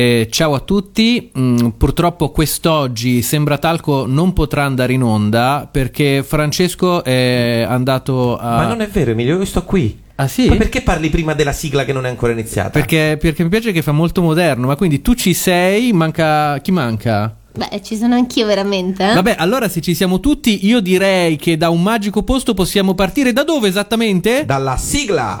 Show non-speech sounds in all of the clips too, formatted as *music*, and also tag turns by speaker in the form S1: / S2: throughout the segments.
S1: Eh, ciao a tutti, Mm, purtroppo quest'oggi Sembra Talco non potrà andare in onda perché Francesco è andato a...
S2: Ma non è vero, Emilio, io sto qui.
S1: Ah sì?
S2: Ma perché parli prima della sigla che non è ancora iniziata?
S1: Perché, perché mi piace che fa molto moderno, ma quindi tu ci sei, manca... chi manca?
S3: Beh, ci sono anch'io veramente. eh?
S1: Vabbè, allora se ci siamo tutti, io direi che da un magico posto possiamo partire da dove esattamente?
S2: Dalla sigla!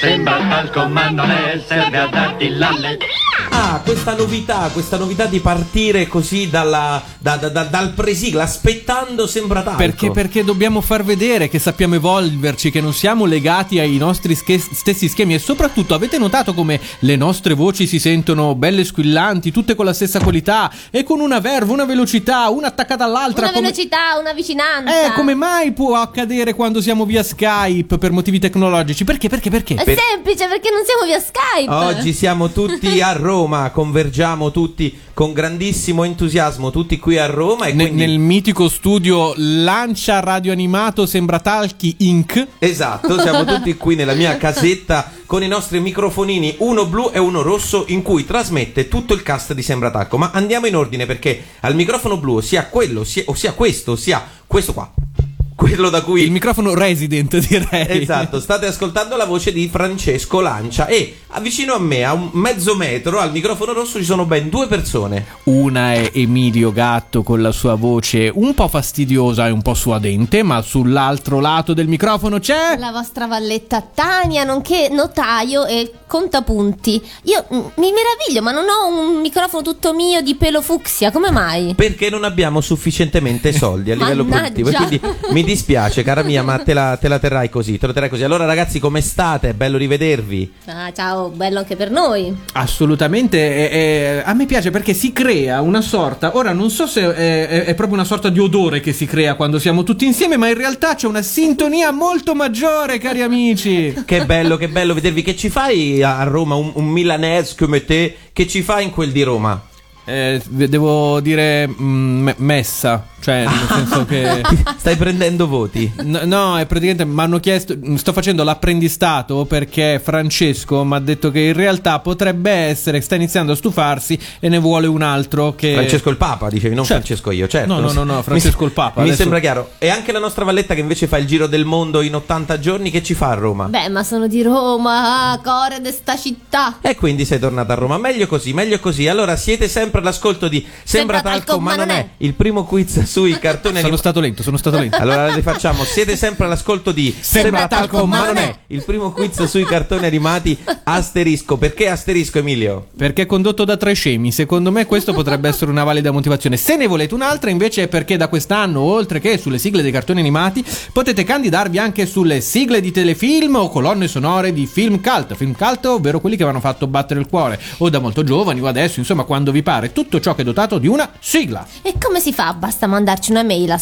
S4: Sembra talco ma non è, serve a darti l'alle.
S2: Ah, questa novità, questa novità di partire così dalla, da- da- da- dal presigla, aspettando sembra tanto.
S1: Perché, perché dobbiamo far vedere che sappiamo evolverci, che non siamo legati ai nostri sche- stessi schemi e soprattutto avete notato come le nostre voci si sentono belle squillanti, tutte con la stessa qualità e con una verve, una velocità, una attaccata all'altra.
S3: una
S1: come-
S3: velocità, una vicinanza.
S1: Eh, come mai può accadere quando siamo via Skype per motivi tecnologici? Perché, perché, perché?
S3: È Eh, semplice perché non siamo via Skype.
S2: Oggi siamo tutti a Roma, convergiamo tutti con grandissimo entusiasmo, tutti qui a Roma e
S1: Ne-
S2: Eh, quindi...
S1: Nel mitico studio Lancia Radio Animato Sembra Talchi Inc.
S2: Esatto, siamo tutti qui nella mia casetta con i nostri microfonini, uno blu e uno rosso, in cui trasmette tutto il cast di Sembra Tacco. Ma andiamo in ordine perché al microfono blu, sia quello, sia, ossia questo, sia questo qua, quello da cui
S1: Il microfono resident, direi.
S2: *laughs* Esatto, state ascoltando la voce di Francesco Lancia e vicino a me, a un mezzo metro, al microfono rosso ci sono ben due persone.
S1: Una è Emilio Gatto con la sua voce un po' fastidiosa e un po' suadente, ma sull'altro lato del microfono c'è.
S3: Eh. La vostra valletta Tania, nonché notaio e contapunti. Io mm, mi meraviglio, ma non ho un microfono tutto mio di pelo fucsia, come mai?
S2: Perché non abbiamo sufficientemente soldi a livello
S3: Mannaggia.
S2: produttivo. E quindi mi dispiace, cara mia, ma te la, te la terrai così, te la terrai così. Allora, ragazzi, come state? È bello rivedervi.
S3: Ah, ciao, bello anche per noi.
S1: Assolutamente, eh, eh, a me piace perché si crea una sorta. Ora non so se è, è- è proprio una sorta di odore che si crea quando siamo tutti insieme, ma in realtà c'è una sintonia molto maggiore, cari amici.
S2: Che bello, che bello vedervi. Che ci fai a a Roma, un, un milanese come te? Che ci fai in quel di Roma?
S1: Eh, devo dire mm, me- messa, cioè nel senso
S2: *laughs*
S1: che.
S2: Stai prendendo voti.
S1: No, no, è praticamente mi hanno chiesto. mh, Sto facendo l'apprendistato perché Francesco mi ha detto che in realtà potrebbe essere. Sta iniziando a stufarsi e ne vuole un altro. Che...
S2: Francesco il Papa, dicevi, non
S1: Eh, Certo.
S2: Francesco io, certo.
S1: No, no, no, no,
S2: Mi-
S1: Francesco il Papa,
S2: Mi
S1: adesso-
S2: sembra chiaro. E anche la nostra Valletta che invece fa il giro del mondo in 80 giorni, che ci fa a
S1: Ah.
S2: Roma?
S3: Beh, ma sono di Roma, ah, core de sta città.
S2: E quindi sei tornata a Roma. Meglio così, meglio così. Allora siete sempre all'ascolto di Sembra, talco, ma non è. Il primo quiz sui cartoni
S1: Sono
S2: animati.
S1: stato lento, sono stato lento.
S2: Allora rifacciamo, siete sempre all'ascolto di
S1: Sembra talco, ma non è.
S2: Il primo quiz sui cartoni animati asterisco. Perché asterisco Emilio?
S1: Perché è condotto da tre scemi. Secondo me questo potrebbe essere una valida motivazione. Se ne volete un'altra, invece, è perché da quest'anno, oltre che sulle sigle dei cartoni animati, potete candidarvi anche sulle sigle di telefilm o colonne sonore di film cult. Film cult, ovvero quelli che vanno fatto battere il cuore. O da molto giovani o adesso, insomma, quando vi pare. Tutto ciò che è dotato di una sigla.
S3: E come si fa? Basta mandarci una mail a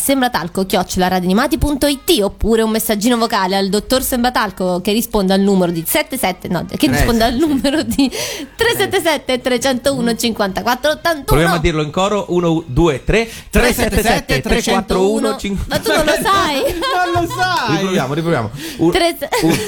S3: sembratalco@radioanimati.it oppure un messaggino vocale al dottor Sembratalco che risponde al numero di 77 no, che risponde al numero di 377 301 54 81.
S2: Proviamo a dirlo in coro 1, 2, 3 377 341
S3: Ma tu non lo sai.
S1: Eh, *laughs* Non lo sai!
S2: Riproviamo, riproviamo 1,
S3: Tre-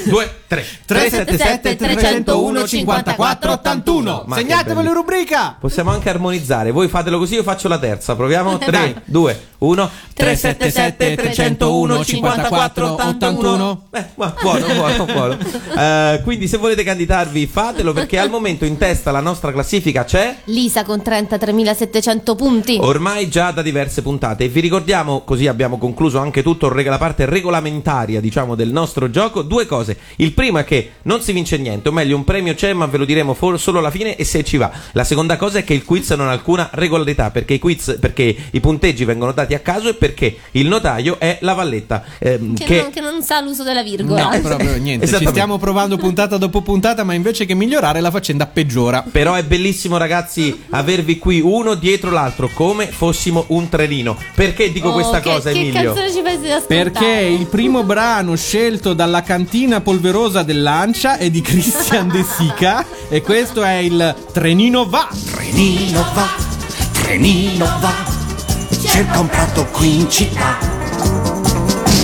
S2: 2, 3
S3: 377 301 54 81.
S2: Ma che
S1: Segnatevelo in
S2: bello.
S1: rubrica!
S2: Possiamo anche armonizzare, voi fatelo così, io faccio la terza. Proviamo 3, 2, 1
S1: 377 301 54 81.
S2: Eh, ma buono, buono, buono. Eh, quindi se volete candidarvi fatelo perché al momento in testa alla nostra classifica c'è
S3: Lisa con 33.700 punti.
S2: Ormai già da diverse puntate e vi ricordiamo, così abbiamo concluso anche tutto il reg- la parte regolamentaria, diciamo, del nostro gioco, due cose. Il primo è che non si vince niente, o meglio un premio c'è, ma ve lo diremo for- solo alla fine e se ci va. La seconda cosa è che il quiz non ha alcuna regolarità, perché i quiz perché i punteggi vengono vengono dati a caso e perché il notaio è la Valletta. ehm,
S3: Che, non, che non sa l'uso della virgola.
S1: No, proprio niente. Ci
S2: Esattamente.
S1: stiamo provando puntata dopo puntata, ma invece che migliorare la faccenda peggiora.
S2: Però è bellissimo, ragazzi, avervi qui uno dietro l'altro, come fossimo un trenino. Perché dico
S3: Oh,
S2: questa
S3: che-
S2: cosa,
S3: che
S2: Emilio?
S3: canzone ci pensi di ascoltare?
S1: Perché il primo brano scelto dalla cantina polverosa dell'Ancia è di Christian De Sica e questo è il Trenino Va.
S5: Trenino va, trenino va, cerca un prato qui in città.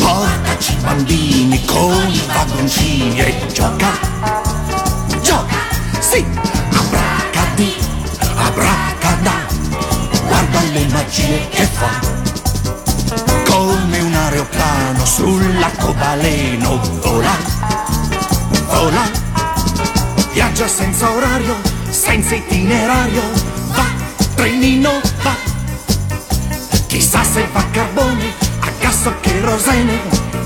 S5: Portaci bambini con i vagoncini e gioca, gioca, sì, abracadì, abracadà, guarda le magie che fa. Come un aeroplano sull'arcobaleno vola, vola viaggia senza orario, senza itinerario, va, trenino, va. Chissà se va a carbone, a gas o cherosene,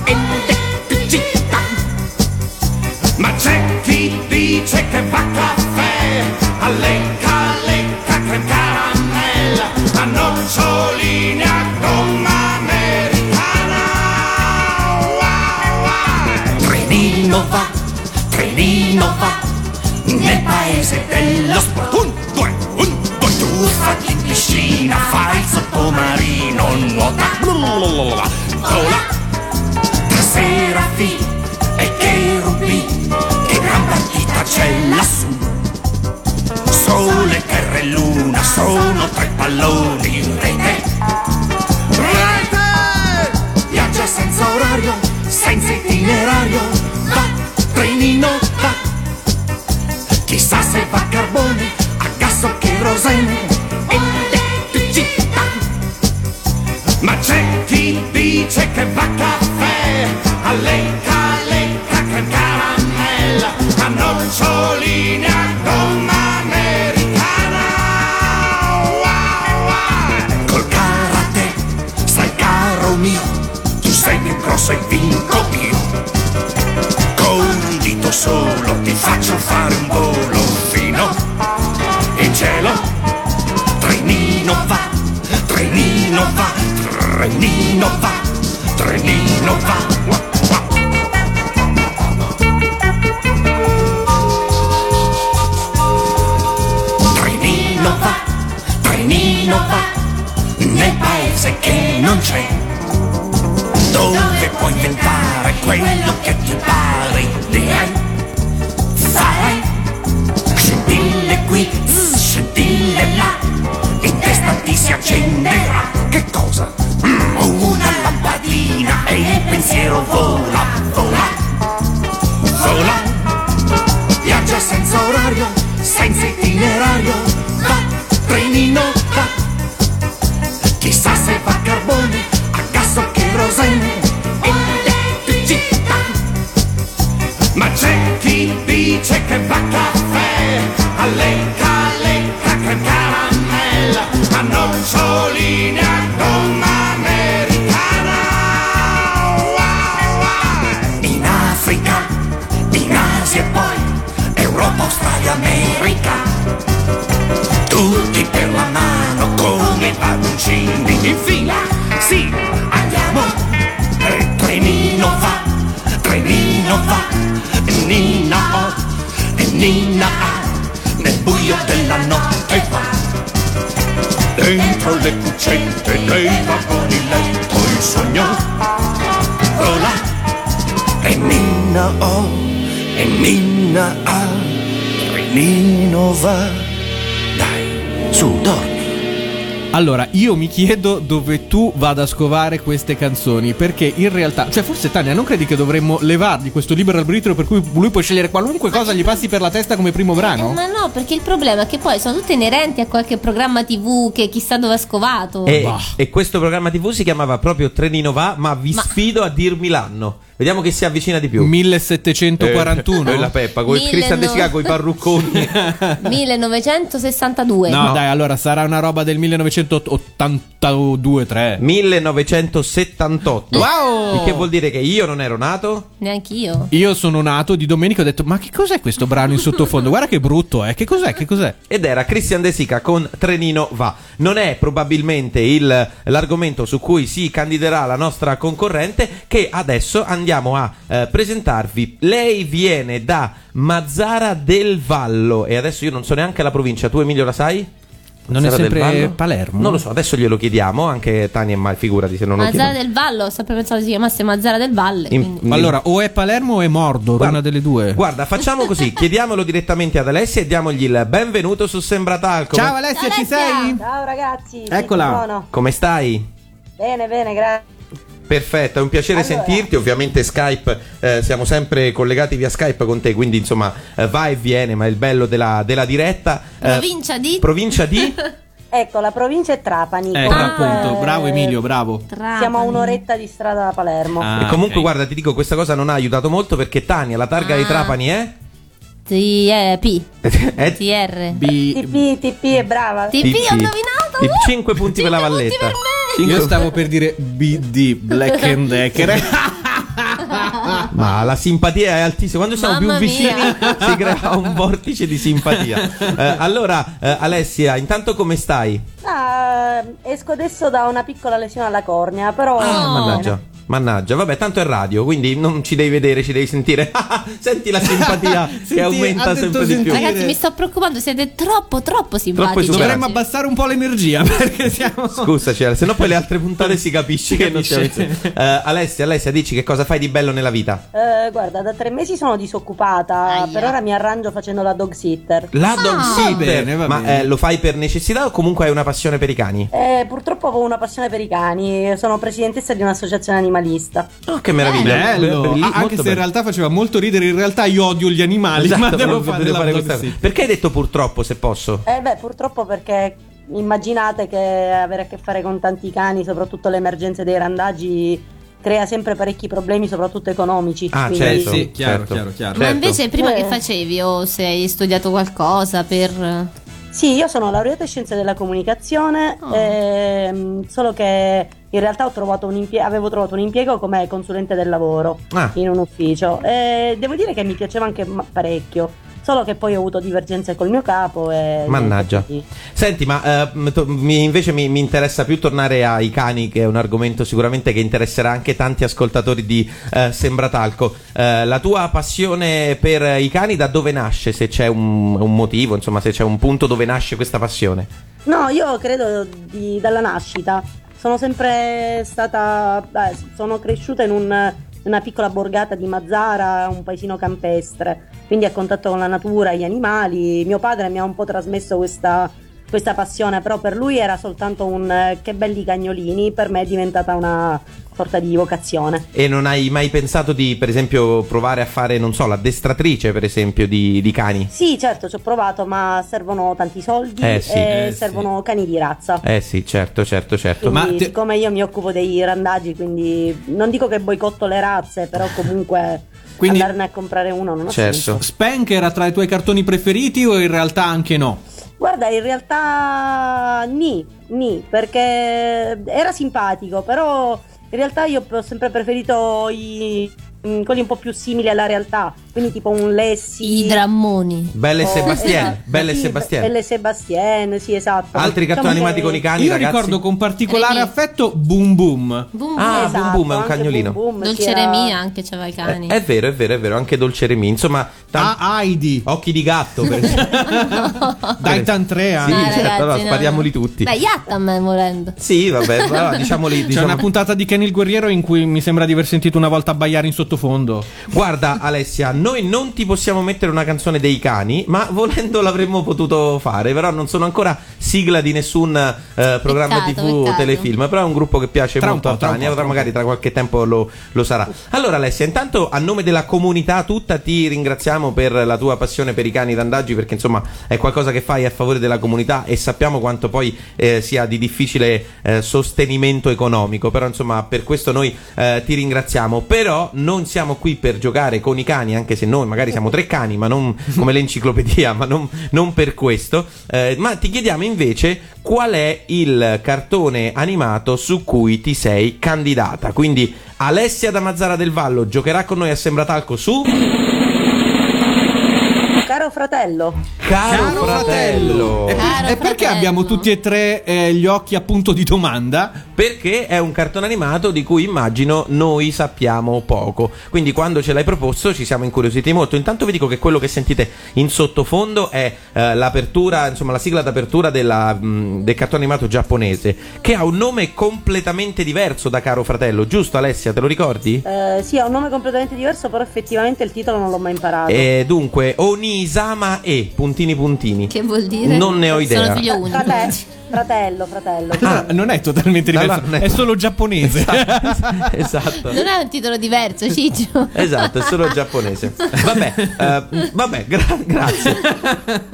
S5: e elettricità. Ma c'è chi dice che va a caffè, a lecca, lecca, creme caramella, a noccioline, a gomma americana. Wow, wow. Trenino va, trenino va, nel paese dello sport. Un, due, un, due, tu fatti in piscina, fai il sottomarino, nuota, vola, sera fi e cherubi, che gran partita c'è lassù. Sole, terra e luna, sono tre palloni, rete, rete, viaggia senza orario, senza itinerario, va, trenino, va, Chissà se va a carbone, a gas o cherosene Elettricità Ma c'è chi dice che va a caffè A lecca, lecca, creme caramella A noccioline, a gomma americana Wow, wow. Col karate, sai caro mio Tu sei più grosso e vinco più con un dito solo ti faccio fare un volo fino in cielo. Trenino va, trenino va, trenino va, trenino va. Wa, wa. Trenino va, trenino va, nel paese che non c'è dove puoi inventare quello che ti pare direi fare scintille qui zzz, scintille là in testa ti si accenderà che cosa? Mm, una lampadina e il pensiero vola vola vola viaggia senza orario senza itinerario va trenino va Chissà se va a carbone, a gas o cherosene Elettricità Ma c'è chi dice che va a caffè A lecca, lecca, creme caramella A noccioline, a gomma americana Wow, wow. In Africa, in Asia e poi Europa, Australia, America tutti per la mano come padroncini in fila, sì, andiamo. E trenino va, trenino va, e Nina O, e Nina A, nel buio della notte va. Dentro le cuccette dei vagoni letto il sogno vola. E Nina O, e Nina A, trenino va. Dai, su, dormi.
S1: Allora, io mi chiedo dove tu vada a scovare queste canzoni, perché in realtà, cioè forse Tania, non credi che dovremmo levargli questo libero arbitrio per cui lui può scegliere qualunque cosa gli passi per la testa come primo
S3: Eh,
S1: brano?
S3: Ma no, perché il problema è che poi sono tutte inerenti a qualche programma TV che chissà dove ha scovato.
S2: E,
S1: Bah.
S2: e questo programma TV si chiamava proprio Trenino Va, ma vi
S3: Ma-
S2: sfido a dirmi l'anno. Vediamo chi si avvicina di più.
S1: 1741.
S2: Eh, la Peppa, con il
S3: Mille
S2: Cristian De
S3: no.
S2: Sica, con i
S3: *laughs*
S2: parrucconi.
S3: 1962.
S1: No, dai, allora sarà una roba del 1982 3
S2: 1978.
S1: Wow!
S2: Il che vuol dire che io non ero nato.
S3: Neanche io.
S1: Io sono nato di domenica ho detto "Ma che cos'è questo brano in sottofondo? Guarda che brutto, eh. Che cos'è? Che cos'è?"
S2: Ed era Christian De Sica con Trenino va. Non è probabilmente il- l'argomento su cui si candiderà la nostra concorrente. Che adesso andiamo a eh, presentarvi. Lei viene da Mazzara del Vallo. E adesso io non so neanche la provincia. Tu, Emilio, la sai?
S1: Non è
S2: Mazzara del
S1: sempre
S2: Vallo?
S1: Palermo?
S2: Non lo so, adesso glielo chiediamo. Anche Tania e Mal, figurati se non lo
S3: Mazzara
S2: chiediamo.
S3: del Vallo, ho sempre pensato si chiamasse Mazzara del Valle.
S2: In-
S3: quindi.
S1: Ma allora o è Palermo o è Mordor,
S2: Guarda-
S1: una delle due.
S2: Guarda, facciamo così, chiediamolo direttamente ad Alessia e diamogli il benvenuto su Sembra Talco.
S1: Ciao
S2: Ma-
S1: Alessia, ci
S3: Alessia!
S1: sei?
S6: Ciao ragazzi, sì,
S1: Eccola.
S6: buono.
S2: Come stai?
S6: Bene, bene, grazie.
S2: Perfetto, è un piacere
S6: Allora.
S2: sentirti, ovviamente Skype, eh, siamo sempre collegati via Skype con te, quindi insomma eh, va e viene, ma è il bello della, della diretta... eh,
S3: Provincia di
S2: Provincia
S3: *laughs*
S2: di...
S6: Ecco, la provincia è Trapani.
S1: Ecco,
S6: comunque,
S1: appunto, bravo Emilio, bravo.
S3: Trapani.
S6: Siamo a un'oretta di strada da Palermo.
S1: Ah.
S2: e comunque
S1: ok.
S2: guarda, ti dico, questa cosa non ha aiutato molto perché Tania, la targa di
S3: Ah.
S2: Trapani eh? *laughs* è...
S3: Sì, eh, P.
S2: è
S1: Eh.
S3: TR.
S1: B-
S6: TP, TP è brava.
S3: Ti-
S2: Ti-
S3: ho indovinato!
S2: ti-
S3: Uh!
S2: cinque punti per la
S3: Cinque
S2: valletta.
S3: punti per me!
S1: Io stavo per dire BD *laughs* Black and Decker.
S2: Ma la simpatia è altissima. Quando siamo
S3: Mamma
S2: più vicini
S3: mia.
S2: *laughs* si crea un vortice di simpatia.
S3: *laughs*
S2: Eh, allora, eh, Alessia, intanto come stai?
S6: Ah, esco adesso da una piccola lesione alla cornea, però... eh,
S3: Ah,
S6: bene.
S2: Mannaggia. Mannaggia, vabbè, tanto è radio, quindi non ci devi vedere, ci devi sentire. *laughs* Senti la simpatia
S1: *laughs* Senti,
S2: che
S1: ha
S2: aumenta
S1: detto
S2: sempre di più.
S1: sentire.
S3: Ragazzi, mi sto preoccupando, siete troppo, troppo simpatici.
S2: esuberanti.
S1: Dovremmo abbassare un po' l'energia *laughs* perché siamo
S2: Scusaci, Alessia, se no poi le altre puntate si capisce che non siamo
S1: Capisce.
S2: insieme. Eh, Alessia, Alessia, dici che cosa fai di bello nella vita?
S6: Eh, guarda, da tre mesi sono disoccupata,
S3: Aia.
S6: per ora mi arrangio facendo la dog sitter.
S2: La dog
S3: Ah.
S2: sitter.
S1: Va bene, va
S2: Ma
S1: bene.
S2: eh, lo fai per necessità o comunque hai una passione per i cani?
S6: Eh, purtroppo avevo una passione per i cani, sono presidentessa di un'associazione animalista.
S2: Oh, che meraviglia!
S1: Ah, Bello.
S2: Belli-
S1: Ah,
S2: molto
S1: anche se in *laughs*
S2: bello.
S1: realtà faceva molto ridere, in realtà io odio gli animali,
S2: Esatto,
S1: ma devo
S2: volevo
S1: fare,
S2: volevo
S1: la
S2: fare
S1: dog
S2: questa-
S1: sit.
S2: Perché hai detto purtroppo, se posso?
S6: Eh beh, purtroppo perché immaginate che avere a che fare con tanti cani, soprattutto le emergenze dei randaggi, crea sempre parecchi problemi, soprattutto economici.
S2: Ah,
S6: quindi-
S2: certo.
S1: sì, chiaro,
S2: certo.
S1: chiaro, chiaro.
S3: Ma
S2: Certo.
S3: invece prima
S6: Eh.
S3: che facevi o se hai studiato qualcosa per...
S6: Sì, io sono laureata in scienze della comunicazione,
S2: Ah.
S3: Oh.
S6: ehm, solo che in realtà ho trovato un impie- avevo trovato un impiego come consulente del lavoro
S2: Ah,
S6: in un ufficio. E devo dire che mi piaceva anche ma- parecchio. Solo che poi ho avuto divergenze col mio capo e... niente,
S2: Mannaggia.
S6: quindi-
S2: senti, ma eh, m- to- mi- invece mi, mi interessa più tornare ai cani, che è un argomento sicuramente che interesserà anche tanti ascoltatori di eh, Sembratalco. Eh, la tua passione per eh, i cani da dove nasce? Se c'è un, un motivo, insomma, se c'è un punto dove nasce questa passione?
S6: No, io credo di- dalla nascita. Sono sempre stata. beh, sono cresciuta in un- una piccola borgata di Mazzara, un paesino campestre, quindi a contatto con la natura, gli animali. Mio padre mi ha un po' trasmesso questa, questa passione, però per lui era soltanto un eh, che belli cagnolini, per me è diventata una sorta di vocazione.
S2: E non hai mai pensato di, per esempio, provare a fare, non so, l'addestratrice, per esempio, di, di cani?
S6: Sì, certo, ci ho provato, ma servono tanti soldi
S2: Eh sì,
S6: e
S1: eh sì.
S6: servono cani di razza.
S2: Eh sì, certo, certo, certo.
S6: Quindi,
S1: Ma te-
S6: siccome io mi occupo dei randaggi, quindi non dico che boicotto le razze, però comunque
S1: Quindi-
S6: andarne a comprare uno non ha
S2: Certo.
S6: senso.
S1: Spank era tra i tuoi cartoni preferiti o in realtà anche no?
S6: Guarda, in realtà ni, ni, perché era simpatico, però in realtà io ho sempre preferito i, mm, quelli un po' più simili alla realtà, quindi tipo un Lessi.
S3: I drammoni.
S2: Belle e
S6: o-
S2: Sebastian,
S6: esatto,
S2: Belle e
S6: sì,
S2: Sebastian.
S6: Belle e Sebastian, sì, esatto.
S2: Altri
S6: Diciamo
S2: cartoni animati
S6: che-
S2: con i cani,
S1: Io
S2: ragazzi.
S1: ricordo con particolare
S3: Remy.
S1: affetto Boom Boom.
S3: Boom,
S2: Ah,
S3: boom.
S6: Esatto,
S2: Boom Boom è un
S6: anche
S2: cagnolino.
S6: Boom Boom,
S3: Dolce
S6: sì, ah. era-
S3: Remia anche c'aveva i
S2: Eh,
S3: cani. *laughs*
S2: è vero, è vero, è vero, anche Dolce Remi, insomma,
S1: Ah,
S2: tan-
S1: Heidi.
S2: occhi di gatto
S1: *laughs*
S2: per esempio.
S1: Daitan 3
S2: Sì,
S1: anche.
S3: Dai,
S2: certo,
S3: ragazzi,
S2: allora,
S3: no.
S2: spariamoli tutti.
S3: Beh, Yattaman volendo.
S2: Sì, vabbè, allora, diciamoli,
S1: C'è
S2: diciamo-
S1: una puntata di Ken il guerriero in cui mi sembra di aver sentito una volta abbaiare in sottofondo.
S2: Guarda Alessia, noi non ti possiamo mettere una canzone dei cani, ma volendo l'avremmo potuto fare, però non sono ancora sigla di nessun eh, programma
S3: Peccato,
S2: TV o
S3: peccato.
S2: telefilm, però è un gruppo che piace
S1: Tra un
S2: molto
S1: po',
S2: a
S1: tra un
S2: Tania,
S1: po',
S2: tra
S1: tra un
S2: magari tra qualche tempo lo, lo sarà. Allora Alessia, intanto a nome della comunità tutta ti ringraziamo per la tua passione per i cani randaggi, perché insomma è qualcosa che fai a favore della comunità e sappiamo quanto poi eh, sia di difficile eh, sostenimento economico, però insomma per questo noi eh, ti ringraziamo, però non non siamo qui per giocare con i cani, anche se noi magari siamo tre cani, ma non come l'enciclopedia, ma non, non per questo. Eh, ma ti chiediamo invece qual è il cartone animato su cui ti sei candidata. Quindi Alessia da Mazzara del Vallo giocherà con noi a Sembratalco su
S6: Caro fratello,
S2: Caro,
S1: Caro
S2: fratello.
S1: E, per- e
S3: Caro
S1: perché
S3: Ah, fratello.
S1: abbiamo tutti e tre eh, gli occhi a punto di domanda?
S2: Perché è un cartone animato di cui immagino noi sappiamo poco. Quindi quando ce l'hai proposto ci siamo incuriositi molto. Intanto vi dico che quello che sentite in sottofondo è eh, l'apertura, insomma la sigla d'apertura della, mh, del cartone animato giapponese, che ha un nome completamente diverso da Caro Fratello, giusto Alessia, te lo ricordi?
S6: eh, sì, ha un nome completamente diverso, però effettivamente il titolo non l'ho mai imparato.
S2: E Eh, dunque, Onisama E, puntini puntini.
S3: Che vuol dire?
S2: Non ne ho idea.
S3: Sono figlio unico.
S6: Frate- fratello, fratello.
S1: Ah, non è totalmente
S2: No, no,
S1: diverso,
S2: non è-
S1: è solo giapponese. *laughs*
S2: esatto.
S3: Non è un titolo diverso, Ciccio.
S2: Esatto, è solo giapponese. Vabbè, eh, vabbè gra- grazie.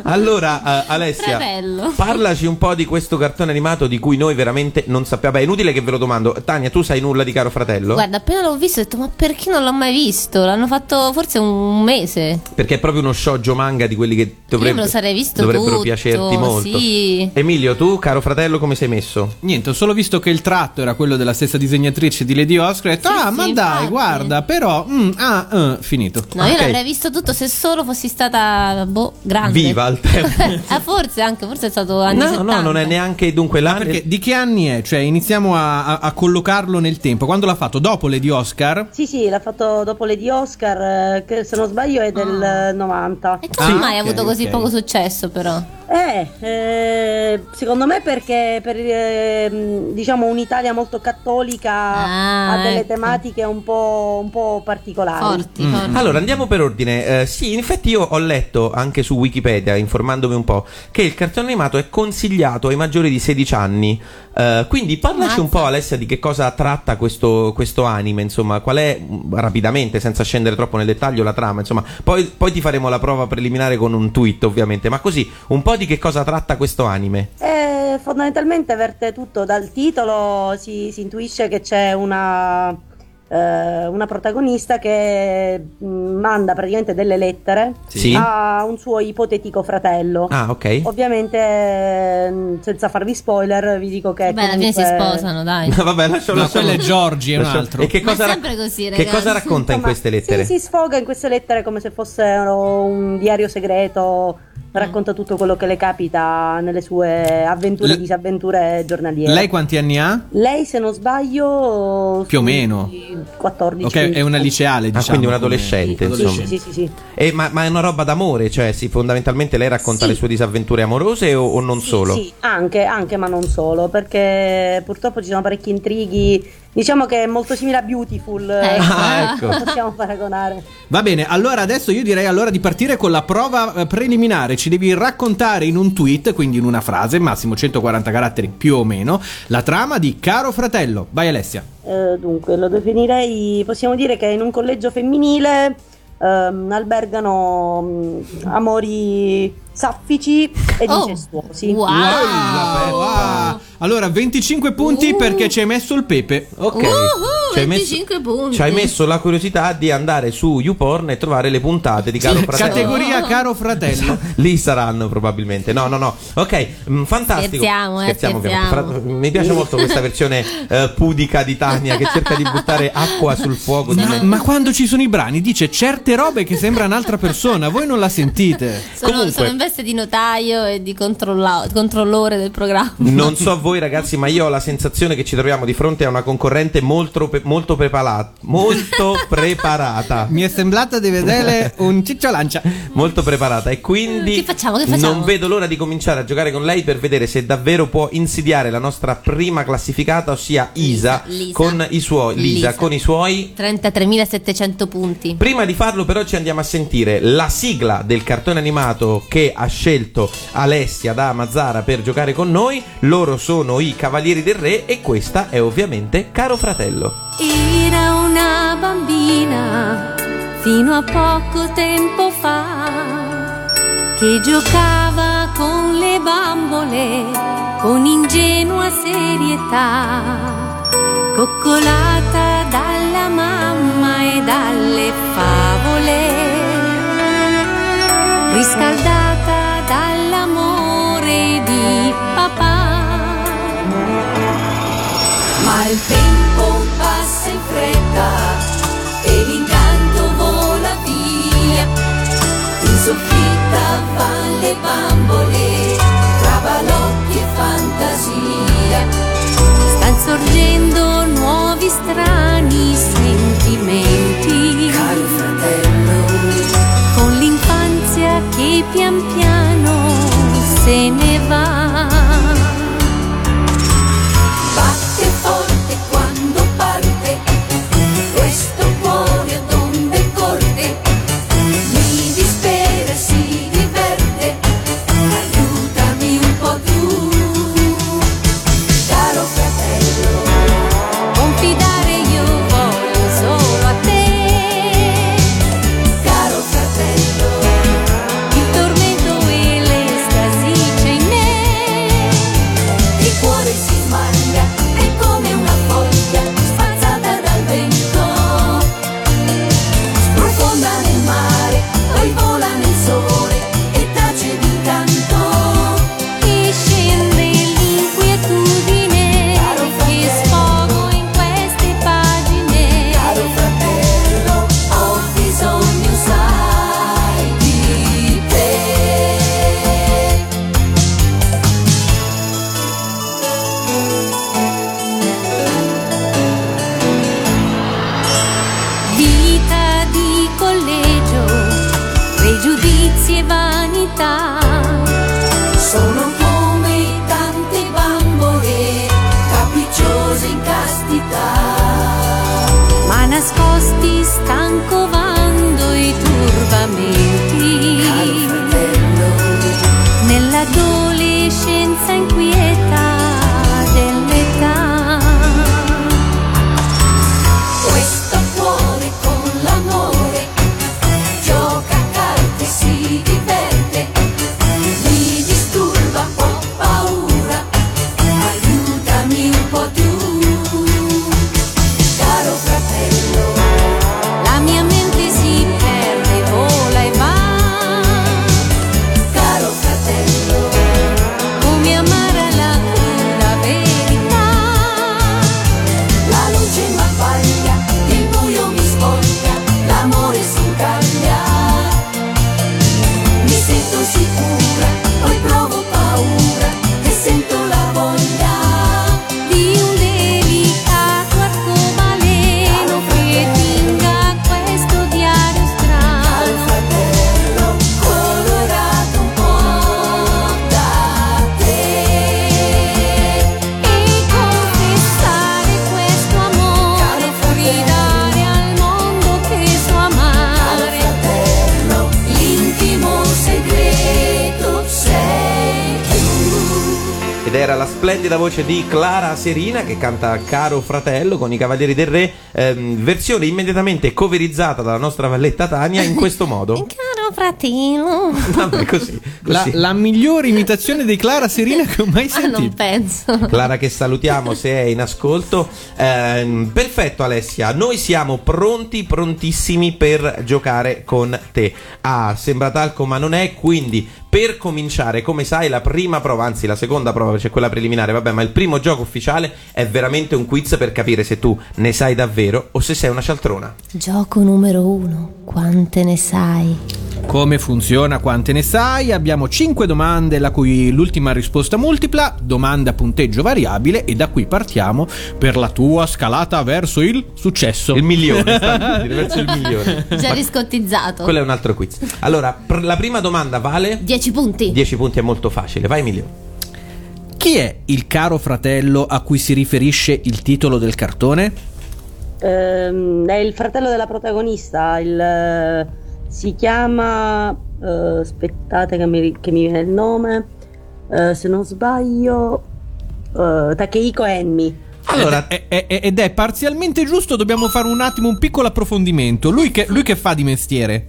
S2: Allora, eh, Alessia,
S3: Fratello.
S2: parlaci un po' di questo cartone animato di cui noi veramente non sappiamo. Beh, è inutile che ve lo domando. Tania, tu sai nulla di caro fratello?
S3: Guarda, appena l'ho visto ho detto, ma perché non l'ho mai visto? L'hanno fatto forse un mese.
S2: Perché è proprio uno shoujo manga di quelli che dovrebbe-
S3: me lo sarei visto
S2: dovrebbero
S3: tutto,
S2: piacerti molto.
S3: sì.
S2: Emilio, tu, caro fratello, come sei messo?
S1: Niente, ho solo visto che il tratto era quello della stessa disegnatrice di Lady Oscar. Ho detto,
S3: Sì,
S1: ah,
S3: sì,
S1: ma dai,
S3: infatti."
S1: guarda, però. mm, ah, eh", finito.
S3: No,
S2: Ok.
S3: io l'avrei visto tutto se solo fossi stata boh, grande.
S2: Viva al tempo.
S3: *laughs* ah, forse anche, forse è stato anni
S2: no,
S3: 70.
S2: no, non è neanche dunque là.
S1: Perché di che anni è? Cioè, iniziamo a, a- a collocarlo nel tempo. Quando l'ha fatto? Dopo Lady Oscar?
S6: Sì, sì, l'ha fatto dopo le di Oscar, eh, che se non sbaglio è del
S3: Ah.
S6: eh, 90.
S3: E tu come
S1: Ah,
S3: mai hai
S1: ok,
S3: avuto così
S1: ok.
S3: poco successo però?
S6: Eh, eh, secondo me perché per eh, mh, diciamo un'Italia molto cattolica
S3: Ah,
S6: ha delle
S3: ecco.
S6: tematiche un po', un po' particolari.
S3: Forti,
S2: Mm.
S3: forti.
S2: Allora andiamo per ordine. Eh, sì, in effetti io ho letto anche su Wikipedia, informandomi un po', che il cartone animato è consigliato ai maggiori di 16 anni. Eh, quindi parlaci
S3: Ammazza.
S2: un po', Alessia, di che cosa tratta questo, questo anime, insomma, qual è mh, rapidamente, senza scendere troppo nel dettaglio, la trama, insomma, poi, poi ti faremo la prova preliminare con un tweet, ovviamente, ma così un po' di che cosa tratta questo anime.
S6: Eh, fondamentalmente verte tutto dal titolo, si, si intuisce che c'è una, eh, una protagonista che mh, manda praticamente delle lettere
S2: Sì.
S6: a un suo ipotetico fratello.
S2: Ah, ok.
S6: Ovviamente, eh, senza farvi spoiler, vi dico che.
S3: Beh, alla fine si
S6: Eh, comunque-
S3: sposano, dai.
S2: No, *laughs* vabbè, lascialo
S1: No, quello è Giorgi, è un
S2: lascialo-
S1: altro.
S2: E che
S3: Ma è
S2: cosa,
S3: sempre così,
S2: che
S3: ragazzi.
S2: cosa racconta in
S6: Insomma,
S2: queste lettere?
S6: sì, si sfoga in queste lettere come se fossero un diario segreto. Racconta tutto quello che le capita nelle sue avventure e
S1: Le-
S6: disavventure giornaliere.
S1: Lei quanti anni ha?
S6: Lei, se non sbaglio,
S1: Più o
S6: sui
S1: meno.
S6: 14.
S1: Ok, è una liceale, diciamo.
S2: Ah, quindi un
S1: come-
S2: adolescente,
S6: Sì,
S2: insomma.
S6: sì, sì, sì, sì.
S2: E ma, ma è una roba d'amore, cioè sì, fondamentalmente lei racconta
S6: Sì.
S2: le sue disavventure amorose o, o non
S6: Sì,
S2: solo?
S6: sì, anche, anche, ma non solo, perché purtroppo ci sono parecchi intrighi. Diciamo che è molto simile a Beautiful. Eh,
S3: Ecco.
S2: Ah, ecco.
S6: Non possiamo paragonare.
S1: Va bene, allora adesso io direi allora di partire con la prova eh, preliminare. Ci devi raccontare in un tweet, quindi in una frase, massimo 140 caratteri più o meno, la trama di Caro Fratello. Vai Alessia.
S6: Eh, dunque, lo definirei, possiamo dire che in un collegio femminile ehm, albergano mm, amori saffici e
S3: Oh,
S6: incestuosi.
S3: wow.
S1: Wow, wow. Ah. Allora 25 punti
S3: Uh.
S1: perché ci hai messo il pepe.
S2: Ok.
S3: Uhu,
S2: Ci hai
S3: 25 punti.
S2: Ci hai messo la curiosità di andare su YouPorn e trovare le puntate di Caro Fratello. *laughs* Esatto,
S1: Categoria Caro Fratello.
S2: Lì saranno probabilmente. No, no, no. Ok, mm, fantastico.
S3: Scherziamo, eh,
S2: ovviamente.
S3: scherziamo.
S2: Fra- mm, mi piace molto questa versione eh, pudica di Tania che cerca di buttare acqua sul fuoco di
S1: Ma,
S2: me.
S1: ma quando ci sono i brani dice certe robe che sembra un'altra persona, voi non la sentite.
S3: Sono,
S2: Comunque-
S3: sono in veste di notaio e di controlla- controllore del programma.
S2: Non so voi ragazzi, ma io ho la sensazione che ci troviamo di fronte a una concorrente molto, pre- molto, prepala- molto preparata.
S1: Mi è sembrata di vedere un cicciolancia.
S2: Molto preparata e quindi
S3: Che facciamo, che facciamo?
S2: non vedo l'ora di cominciare a giocare con lei per vedere se davvero può insidiare la nostra prima classificata, ossia Isa,
S3: Lisa.
S2: con i suoi Lisa,
S3: Lisa.
S2: con i suoi
S3: 33.700 punti.
S2: Prima di farlo però ci andiamo a sentire la sigla del cartone animato che ha scelto Alessia da Mazzara per giocare con noi. Loro sono i Cavalieri del Re e questa è ovviamente Caro Fratello.
S7: Era una bambina fino a poco tempo fa che giocava con le bambole con ingenua serietà, coccolata dalla mamma e dalla le favole, riscaldata dall'amore di papà. Ma il tempo passa in fretta e l'incanto vola via. In soffitta van le bambole, tra balocchi e fantasia. Stan sorgendo nuovi strani sentimenti. Caro fratello, con l'infanzia che pian piano se ne va. Batte forte quando parte questo cuore a onde corte. Mi dispera, si diverte, aiutami un po' tu. Caro fratello, confidare io voglio solo a te. Caro fratello, il tormento e l'estasi c'è in me. Il cuore si sbaglia, è come una foglia spazzata dal vento. Profonda nel mare, poi vola nel sole e tace d'incanto. E scende l'inquietudine che sfogo in queste pagine. Caro fratello, ho bisogno, sai, di te. vita di collegio, pregiudizi e vanità. Sono come tante bambole, capricciose in castità. Ma nascosti stan covando i turbamenti. Nell'adolescenza inquieta dell'età. Questo cuore con l'amore gioca a carte, si diverte, mi disturba, ho paura, aiutami un po' tu, caro fratello. La mia mente si perde, vola e va, caro fratello, come amara la cruda verità. La luce mi appaglia, il buio mi spoglia, l'amore si incaglia. Mi sento sicura, poi provo paura e sento la voglia di un delicato arcobaleno che tinga questo diario strano. Un fratello colorato un po' da te. E confessare questo amore, gridare al mondo che so amare. L'intimo segreto sei tu.
S2: Ed era la splendida voce di Clara Serina che canta Caro Fratello con i Cavalieri del Re, ehm, versione immediatamente coverizzata dalla nostra valletta Tania in
S1: *laughs*
S2: questo modo.
S3: Caro
S2: *laughs*
S3: fratello.
S2: Vabbè, così.
S1: La,
S2: così.
S1: la miglior imitazione di Clara Serina che ho mai
S3: Ah, non
S1: sentito.
S3: penso.
S2: Clara che salutiamo se è in ascolto. Ehm, perfetto Alessia, noi siamo pronti, prontissimi per giocare con te. Ah, sembra talco ma non è, quindi per cominciare, come sai, la prima prova, anzi la seconda prova, c'è quella preliminare, vabbè, ma il primo gioco ufficiale è veramente un quiz per capire se tu ne sai davvero o se sei una cialtrona.
S3: Gioco numero uno. Quante ne sai?
S1: Come funziona? Quante ne sai? Abbiamo 5 domande, la cui l'ultima risposta multipla, domanda a punteggio variabile e da qui partiamo per la tua scalata verso il successo.
S2: Il milione, sta per dire, verso il milione.
S3: *laughs* Già riscottizzato.
S2: Quello è un altro quiz. Allora, pr- la prima domanda vale
S3: 10 punti.
S2: 10 punti, è molto facile. Vai Emilio.
S1: Chi è il caro fratello a cui si riferisce il titolo del cartone?
S6: Ehm, è il fratello della protagonista, il, eh, si chiama... eh, aspettate che mi, ri- che mi viene il nome, Eh, se non sbaglio... eh, Takehiko Enmi.
S2: Allora-
S1: ed è, è- è- ed è parzialmente giusto, dobbiamo fare un attimo un piccolo approfondimento. Lui che, lui che fa di mestiere?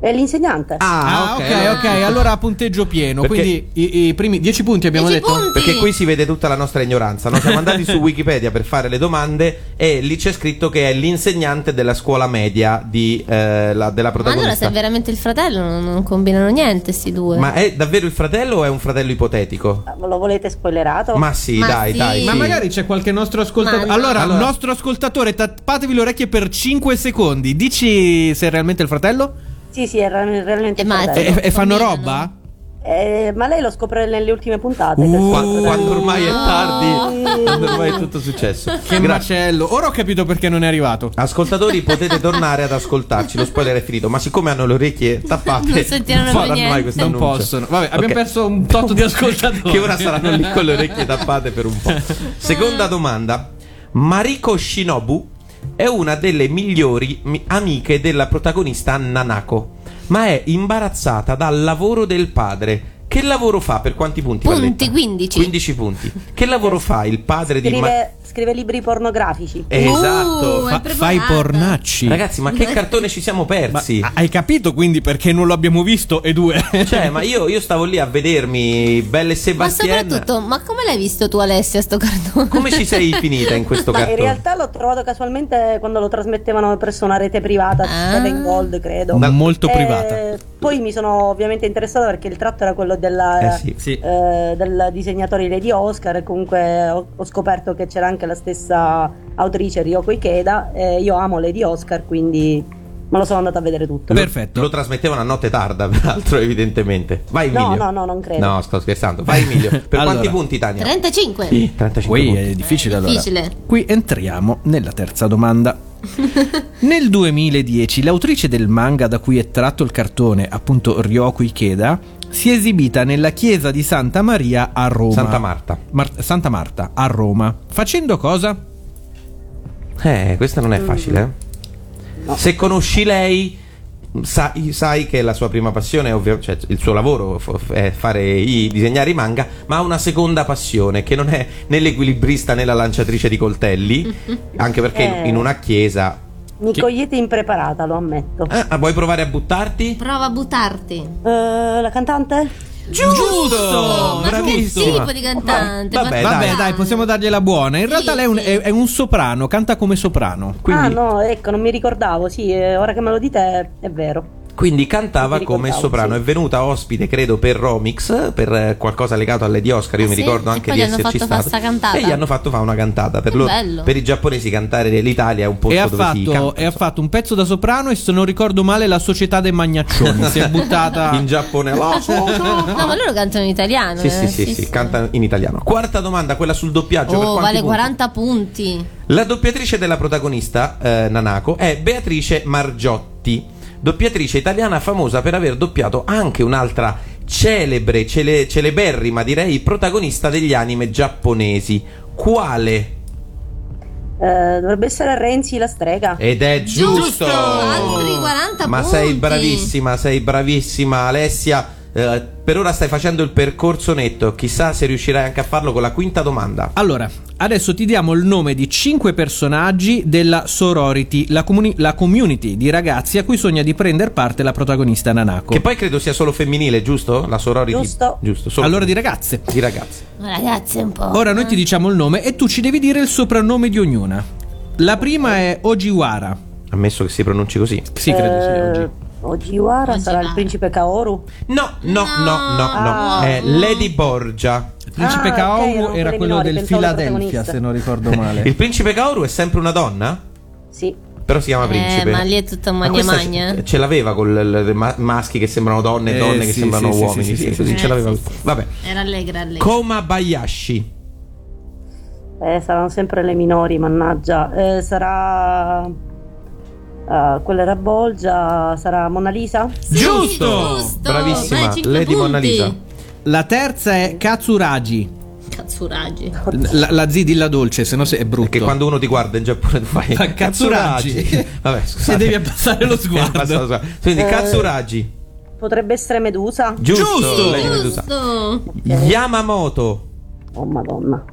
S6: È l'insegnante.
S1: Ah, ok, ok, allora punteggio pieno.
S2: Perché-
S1: Quindi i, i primi 10 punti abbiamo
S3: 10
S1: detto.
S3: punti.
S2: Perché qui si vede tutta la nostra ignoranza. no? Siamo andati
S3: *laughs*
S2: su Wikipedia per fare le domande e lì c'è scritto che è l'insegnante della scuola media di, eh, la- della
S3: Ma allora
S2: protagonista.
S3: se è veramente il fratello non, non combinano niente sti due.
S2: Ma è davvero il fratello o è un fratello ipotetico?
S6: Lo volete spoilerato?
S2: Ah. Ma sì,
S3: Oh, Ma
S2: dai,
S3: sì.
S2: dai.
S1: Ma
S2: sì.
S1: magari c'è qualche nostro ascoltatore.
S3: Ma-
S1: allora,
S2: Allora-
S1: nostro ascoltatore, tappatevi le orecchie per 5 secondi. Dici se è realmente il fratello?
S6: Sì, sì, era realmente
S3: Eh, ma-
S1: E,
S6: fratello.
S3: Eh,
S1: e fanno
S3: combinano.
S1: roba?
S6: Eh, ma lei lo scopre nelle ultime puntate.
S2: Qua-
S6: questo
S2: Uh, Quando,
S6: fratello.
S2: ormai è
S3: Uh. No.
S2: tardi, quando ormai è tutto successo.
S1: Che
S2: Grazie.
S1: macello. Ora ho capito perché non è arrivato.
S2: Ascoltatori, potete tornare ad ascoltarci. Lo spoiler è finito. Ma siccome hanno le orecchie tappate,
S3: Non sentiranno più
S2: faranno
S3: niente.
S2: mai questo
S1: Non
S2: annuncio.
S1: possono. Vabbè, abbiamo
S2: Ok.
S1: perso un tot *laughs*
S2: *laughs*
S1: di ascoltatori.
S2: Che ora saranno lì con le
S3: *laughs*
S2: orecchie tappate per un po'. Seconda domanda: Mariko Shinobu è una delle migliori mi- amiche della protagonista Nanako, ma è imbarazzata dal lavoro del padre. Che lavoro fa? Per quanti punti?
S3: Punti,
S2: Valletta?
S3: 15.
S2: 15 punti. Che lavoro fa il padre di Ma-
S6: Scrive, scrive libri pornografici.
S2: Esatto.
S3: Uh,
S2: Fa-
S3: è preparata.
S1: fai pornacci.
S2: Ragazzi, ma che cartone ci siamo
S1: Ma
S2: persi?
S1: ha- hai capito quindi perché non lo abbiamo visto? E due.
S2: Cioè, ma io, io stavo lì a vedermi Belle e
S3: Ma
S2: Sebastian.
S3: soprattutto, ma come l'hai visto tu Alessia sto cartone?
S2: Come ci sei finita in
S3: *laughs*
S2: questo
S6: Ma in
S2: cartone?
S6: realtà l'ho trovato casualmente quando lo trasmettevano presso una rete privata,
S3: Ah.
S6: Seven Gold, credo.
S1: Da- molto
S6: Eh,
S1: privata.
S6: Poi mi sono ovviamente interessata perché il tratto era quello della-
S2: Eh sì, sì.
S6: eh, del disegnatore di Lady Oscar e comunque ho, ho scoperto che c'era anche la stessa autrice Ryoko Ikeda e io amo Lady Oscar quindi me lo sono andata a vedere
S1: *laughs*
S6: tutto.
S1: Perfetto.
S2: Lo trasmettevano a notte tarda, *laughs* peraltro, evidentemente. Vai,
S6: No,
S2: Emilio.
S6: no, no, non credo.
S2: No, sto scherzando. Vai,
S1: *laughs*
S2: Emilio. Per
S1: Allora.
S2: quanti punti, Tania?
S3: 35.
S2: Sì, 35
S1: Qui
S2: punti.
S1: è difficile
S3: Eh,
S1: allora.
S3: difficile.
S1: Qui entriamo nella terza
S3: *laughs*
S1: domanda. Nel 2010 l'autrice del manga da cui è tratto il cartone, appunto Ryoko Ikeda, si è esibita nella chiesa di Santa Maria a Roma.
S2: Santa Marta.
S1: Mar- Santa Marta a Roma. Facendo cosa?
S2: Eh, questa
S6: Mm.
S2: non è facile. eh. Se conosci lei, sai, sai che la sua prima passione, è ovvio- cioè il suo lavoro f- f- è fare i, disegnare i manga, ma ha una seconda passione che non è né l'equilibrista né la lanciatrice di
S6: *laughs*
S2: coltelli, anche perché in-
S6: Eh.
S2: in una chiesa...
S6: Mi
S2: Chi-
S6: cogliete impreparata, lo ammetto.
S2: Ah, vuoi provare a buttarti?
S3: Prova a buttarti.
S6: Eh, la cantante?
S2: Giusto!
S3: ma che
S2: Bravissima!
S3: tipo di cantante?
S2: Ma- vabbè, Eh,
S3: ma-
S1: Vabbè,
S2: dai.
S1: dai, possiamo dargliela buona. In
S3: Sì,
S1: realtà lei è un,
S3: sì.
S1: è- è un soprano, canta come soprano.
S2: Quindi,
S6: Ah no, ecco, non mi ricordavo, sì, eh, ora che me lo dite è- è vero.
S2: quindi cantava
S6: Mi
S2: come
S6: ricordavo,
S2: soprano,
S6: sì.
S2: è venuta ospite credo per Romix, per eh, qualcosa legato alle di Oscar, io
S3: Ah,
S2: mi
S3: sì?
S2: ricordo
S3: E
S2: anche
S3: poi
S2: di
S3: gli hanno
S2: esserci
S3: fatto fare
S2: stato.
S3: sta cantata?
S2: E gli hanno fatto fare una cantata, per,
S3: Che
S2: loro-
S3: bello.
S2: per i giapponesi cantare l'Italia è un
S1: E
S2: posto
S1: ha,
S2: dove si
S1: fatto,
S2: canta,
S1: e ha
S2: insomma.
S1: fatto un pezzo da soprano e se non ricordo male la società dei magnaccioni. si
S2: *laughs*
S1: è buttata
S2: in *laughs* Giappone. La
S3: *laughs*
S2: società.
S3: No, ma loro cantano in italiano.
S2: Sì, sì,
S3: eh,
S2: sì, sì, canta in italiano. Quarta domanda, quella sul doppiaggio. per
S3: Oh,
S2: quanti
S3: vale
S2: punti?
S3: 40 punti.
S2: La doppiatrice della protagonista, eh, Nanako, è Beatrice Margiotti, doppiatrice italiana famosa per aver doppiato anche un'altra celebre, cele- celeberrima direi, protagonista degli anime giapponesi. Quale?
S6: Eh, dovrebbe essere Renzi la strega.
S1: Eh,
S2: Ed è giusto!
S3: Giusto! Altri 40
S2: Ma sei
S3: punti.
S2: bravissima, sei bravissima Alessia. Eh, per ora stai facendo il percorso netto, chissà se riuscirai anche a farlo con la quinta domanda.
S1: Allora, adesso ti diamo il nome di 5 personaggi della sorority, la, comuni- la community di ragazzi a cui sogna di prendere parte la protagonista Nanako.
S2: Che poi credo sia solo femminile, giusto? La sorority.
S6: Giusto.
S2: Giusto, solo
S1: allora di
S2: femminile.
S1: ragazze.
S2: Di ragazze.
S3: Ma Ragazzi, è un po'. eh.
S1: Ora noi ti diciamo il nome e tu ci devi dire il soprannome di ognuna. La prima è Ojiwara.
S2: Ammesso che si pronunci così.
S1: Sì, credo sia Oji.
S3: Ojiwara.
S6: Ojiwara Eh, sarà il principe Kaoru.
S2: No, no, no, no, no.
S6: Ah.
S2: È Lady Borgia.
S1: Il principe
S6: Ah, ok,
S1: Kaoru
S6: erano
S1: era
S6: quelle
S1: quello
S6: minori,
S1: del
S6: pensavo la
S1: Philadelphia,
S6: protagonista.
S1: se non ricordo
S2: Il *laughs*
S1: male.
S2: principe Kaoru è sempre una donna?
S6: Sì.
S2: Però si chiama
S3: Eh,
S2: principe.
S3: ma lì è tutta
S2: Ma
S3: magna
S2: questa
S3: magna.
S2: Ce, ce l'aveva con maschi che sembrano donne e
S1: Eh,
S2: donne che
S1: sì,
S2: sembrano
S1: sì, sì,
S2: uomini.
S1: sì,
S2: Sì,
S1: sì,
S2: così
S1: sì.
S2: ce
S3: Eh,
S2: l'aveva.
S3: sì, sì.
S2: Vabbè.
S3: Era allegra, allegra.
S2: Koma Bayashi.
S6: Eh, saranno sempre le minori, mannaggia. Eh, sarà. eh, quella era Bolgia. Sarà Mona Lisa?
S3: Sì, giusto!
S2: Bravissima.
S3: Dai, cinque
S2: Lady Mona
S3: punti.
S2: Lisa.
S1: La terza è Katsuragi.
S3: Cazzuraggi.
S1: La, la Z dilla dolce, se no se è brutto.
S2: Perché quando uno ti guarda in Giappone tu fai.
S1: Fa Katsuragi.
S2: Eh,
S1: *laughs*
S2: *laughs* Vabbè, scusate. Eh,
S1: E devi abbassare
S2: *laughs*
S1: lo sguardo.
S2: Abbassa lo sguardo. Quindi
S6: Eh.
S2: Katsuragi.
S6: Potrebbe essere Medusa?
S2: Giusto.
S1: Giusto.
S2: Lei è Medusa.
S3: Giusto.
S2: Yamamoto.
S6: Oh, madonna.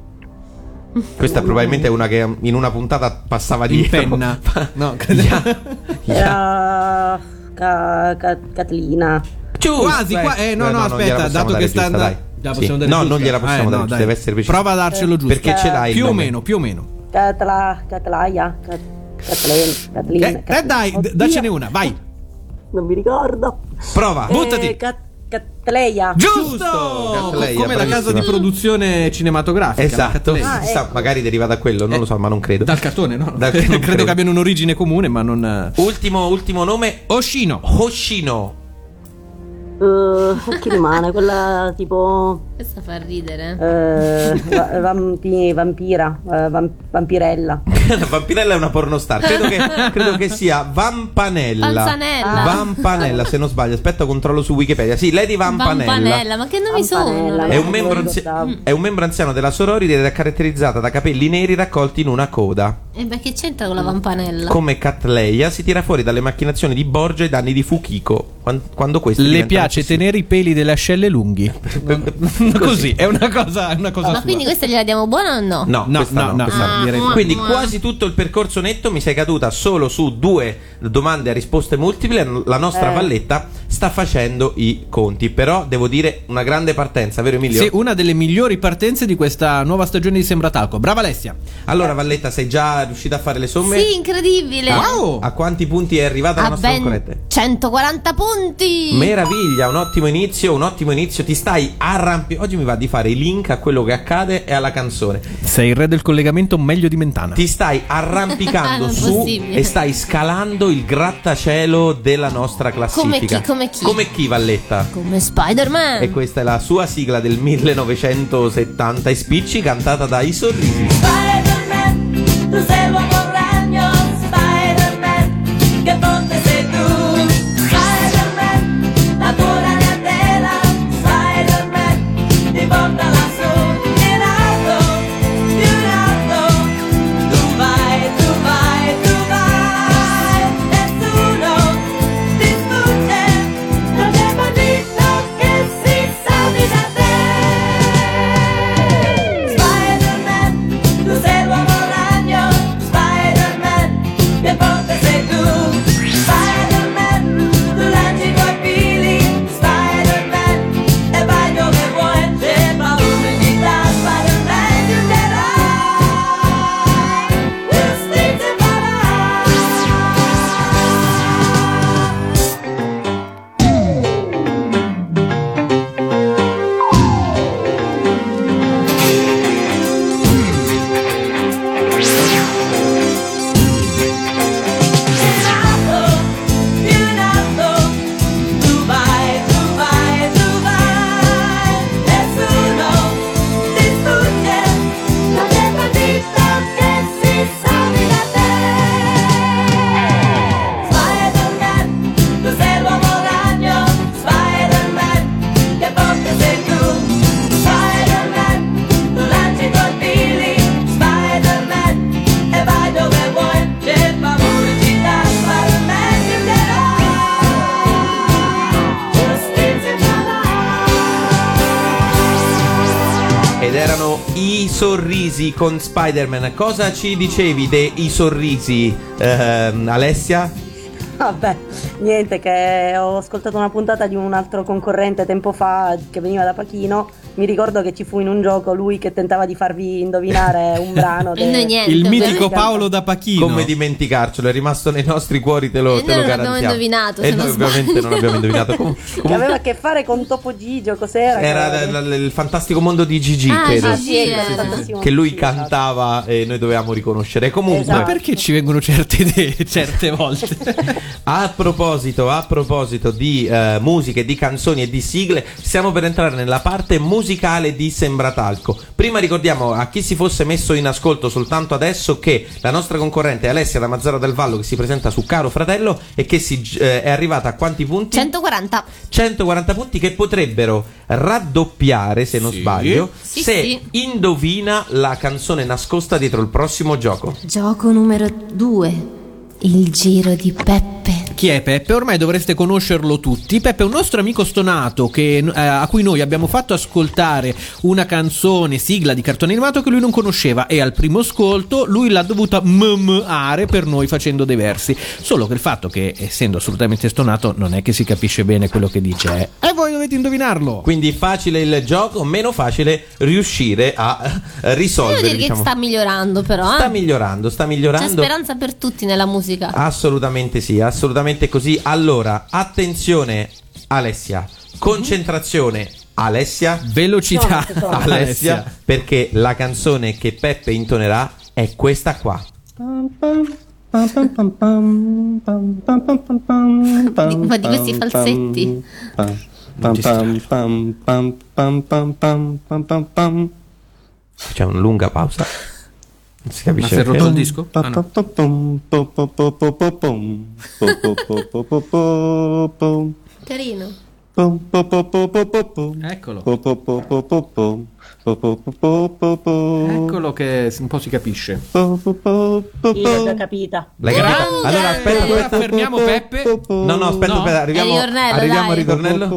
S2: Questa probabilmente è una che in una puntata passava
S1: *laughs* In
S2: dietro.
S1: penna.
S2: Fa-
S1: No,
S2: Ya- ya-
S6: Era. Ca- Ca- Catlina.
S1: Quasi, qua- eh, no, no, aspetta, dato che sta andando- la possiamo dare
S2: No,
S1: giusta?
S2: non gliela possiamo
S1: Eh,
S2: dare
S1: no,
S2: giusta,
S1: dai.
S2: deve essere preciso.
S1: Prova a darcelo giusto.
S2: Perché ce l'hai il
S1: Più o
S2: nome.
S1: meno, più o meno.
S6: Catla, Catlaia. Cat- Catlena. Catlina.
S1: Eh,
S6: Cat-
S1: eh, dai, d-
S6: Oddio,
S1: daccene una, vai.
S6: Non mi ricordo.
S2: Prova.
S1: Ah, Buttati.
S6: Eh, Cat- Catleia.
S1: Giusto!
S2: Cattleya,
S1: Co- Come la casa
S2: bravissima.
S1: di produzione cinematografica. la
S2: Esatto,
S1: Cattleya.
S6: Ah,
S2: Chissà,
S6: ecco.
S2: magari deriva da quello, non lo so, ma non credo.
S1: Dal cartone, no?
S2: Dal- non
S1: credo,
S2: *laughs* credo.
S1: che abbiano un'origine comune, ma non.
S2: Ultimo, ultimo nome,
S1: Oshino.
S2: Hoshino. *laughs*
S6: Eh, *laughs* chi rimane? Quella tipo.
S3: Questa fa ridere.
S6: eh, va- vampi- vampira. eh, vam- vampirella. *laughs*
S2: La Vampirella è una pornostar. Credo che, credo che sia Vampanella.
S3: Panzanella.
S2: Vampanella, se non sbaglio. Aspetta, controllo su Wikipedia. Sì, Lady Vampanella.
S3: Vampanella, ma che nomi sono?
S6: Vampanella.
S2: È un,
S6: Non
S2: membro
S6: lo
S2: anzi-
S6: ricordavo.
S2: è un membro anziano della sororide ed è caratterizzata da capelli neri raccolti in una coda.
S3: E Eh, beh, che c'entra con la vampanella?
S2: Come Catleya si tira fuori dalle macchinazioni di Borgia e danni di Fukiko. quan- Quando questo
S1: Le piace tenere i peli delle ascelle
S2: *laughs*
S1: lunghi. Così, è una cosa, è una cosa
S3: ma
S1: sua.
S3: quindi questa gliela diamo buona o no?
S2: No,
S1: No,
S2: questa
S1: no,
S2: Ah, no,
S1: no,
S2: questa
S1: no, direi-
S2: Quindi
S3: mua.
S2: quasi tutto il percorso netto mi sei caduta solo su due domande a risposte multiple. La nostra
S6: Eh.
S2: Valletta sta facendo i conti. Però devo dire una grande partenza, vero Emilio?
S1: Sì, una delle migliori partenze di questa nuova stagione di Sembratalco. Brava Alessia.
S2: Allora Valletta, sei già riuscita a fare le somme?
S3: Sì, incredibile.
S2: A-
S1: Wow.
S2: A quanti punti è arrivata la
S3: A
S2: nostra
S3: ben
S2: concorrente?
S3: 140 punti.
S2: Meraviglia, un ottimo inizio, un ottimo inizio. Ti stai arrampi. Oggi mi va di fare i link a quello che accade e alla canzone.
S1: Sei il re del collegamento meglio di Mentana.
S2: Ti stai
S3: *laughs*
S2: arrampicando
S3: Ah, Non
S2: su
S3: possibile.
S2: e stai scalando il grattacielo della nostra classifica.
S3: chi, come chi?
S2: Come chi, Valletta?
S3: Come Spider-Man.
S2: E questa è la sua sigla del 1970 e spicci cantata da I Sorrisi.
S7: Spider-Man, tu sei l'uomo ragno, Spider-Man, che forte sei tu. Spider-Man, la tua rabbia tela, Spider-Man, ti porta lassù, in alto, più in alto. Tu vai, tu vai, tu vai, nessuno ti sfugge, non c'è bandito che si salvi da te. Spider-Man, tu sei l'uomo ragno, Spider-Man, che forte sei tu. Spider-Man, tu lanci coi pili, Spider-Man, e vai dove vuoi, c'è paura di te, Spider-Man, aiuterai, istinti e farai. Gelato, gelato, tu vai, tu vai, tu vai, nessuno ti sfugge, non c'è bandito che si salvi da te. Spider-Man, tu sei l'uomo ragno, Spider-Man, che forte sei tu, Spider-Man, tu lanci colpili, Spider-Man, e vai dove vuoi, c'è paura di te, Spider-Man aiuterà, giustizia farà.
S2: Ed erano I Sorrisi con Spider-Man. Cosa ci dicevi dei I Sorrisi, ehm, Alessia?
S6: Vabbè, niente, che ho ascoltato una puntata di un altro concorrente tempo fa che veniva da Pachino. Mi ricordo che ci fu in un gioco lui che tentava di farvi indovinare un brano.
S3: *laughs* E noi niente.
S1: Il
S3: ovviamente.
S1: mitico Paolo da Pachino.
S2: Come dimenticarcelo? È rimasto nei nostri cuori, te lo,
S3: E
S2: te lo
S3: noi Eh, non abbiamo
S2: garantiamo.
S3: indovinato,
S2: E
S3: se
S2: noi
S3: non
S2: ovviamente non
S3: sbaglio.
S2: abbiamo indovinato.
S3: *laughs*
S2: Com-
S6: Che
S2: comunque
S6: aveva a che fare con Topo Gigio, cos'era?
S2: era
S6: Che-
S2: l- l- il fantastico mondo di Gigi,
S3: Ah,
S2: credo.
S3: Gigi, Sì, era. sì, sì,
S2: Che lui cantava e noi dovevamo riconoscere. Comunque,
S1: Ma
S6: Esatto.
S1: perché ci vengono certe idee certe volte?
S2: a proposito, a proposito di eh, musiche, di canzoni e di sigle, stiamo per entrare nella parte musicale di Sembratalco. Prima ricordiamo a chi si fosse messo in ascolto soltanto adesso che la nostra concorrente Alessia da Mazzara del Vallo, che si presenta su Caro Fratello e che si, gi- eh, è arrivata a quanti punti?
S3: 140.
S2: 140 punti che potrebbero raddoppiare, se non
S1: Sì.
S2: sbaglio,
S3: Sì,
S2: se
S3: sì.
S2: indovina la canzone nascosta dietro il prossimo gioco.
S3: Gioco numero 2. Il giro di Peppe.
S1: Chi è Peppe? Ormai dovreste conoscerlo tutti. Peppe è un nostro amico stonato che, eh, a cui noi abbiamo fatto ascoltare una canzone, sigla di cartone animato che lui non conosceva e al primo ascolto lui l'ha dovuta mmare per noi facendo dei versi. Solo che il fatto che, essendo assolutamente stonato, non è che si capisce bene quello che dice. eh. E voi dovete indovinarlo.
S2: Quindi facile il gioco, meno facile riuscire a eh,
S3: Devo
S2: risolvere.
S3: dire
S2: diciamo.
S3: che sta migliorando, però. eh.
S2: Sta migliorando, sta
S3: C'è
S2: migliorando.
S3: speranza per tutti nella musica.
S2: Assolutamente sì, assolutamente così. Allora, attenzione Alessia, concentrazione
S1: *laughs*
S2: Alessia,
S1: Velocità,
S6: No,
S2: Alessia, perché la canzone che Peppe intonerà è questa qua.
S3: Ma di questi falsetti.
S2: C'è una lunga pausa. Non si
S1: Ma
S2: capisce
S1: si è
S2: perché.
S1: rotto il disco? Ah, no.
S3: Carino.
S1: Eccolo. Eccolo che un po' si capisce.
S6: Io l'ho capita.
S2: L'hai capita?
S3: Grande!
S2: Allora, aspetta,
S1: Allora
S2: aspetta.
S1: fermiamo Peppe.
S2: No, no, aspetta,
S1: No?
S2: aspetta, arriviamo,
S3: È il ritornello,
S2: arriviamo al
S3: dai.
S2: ritornello.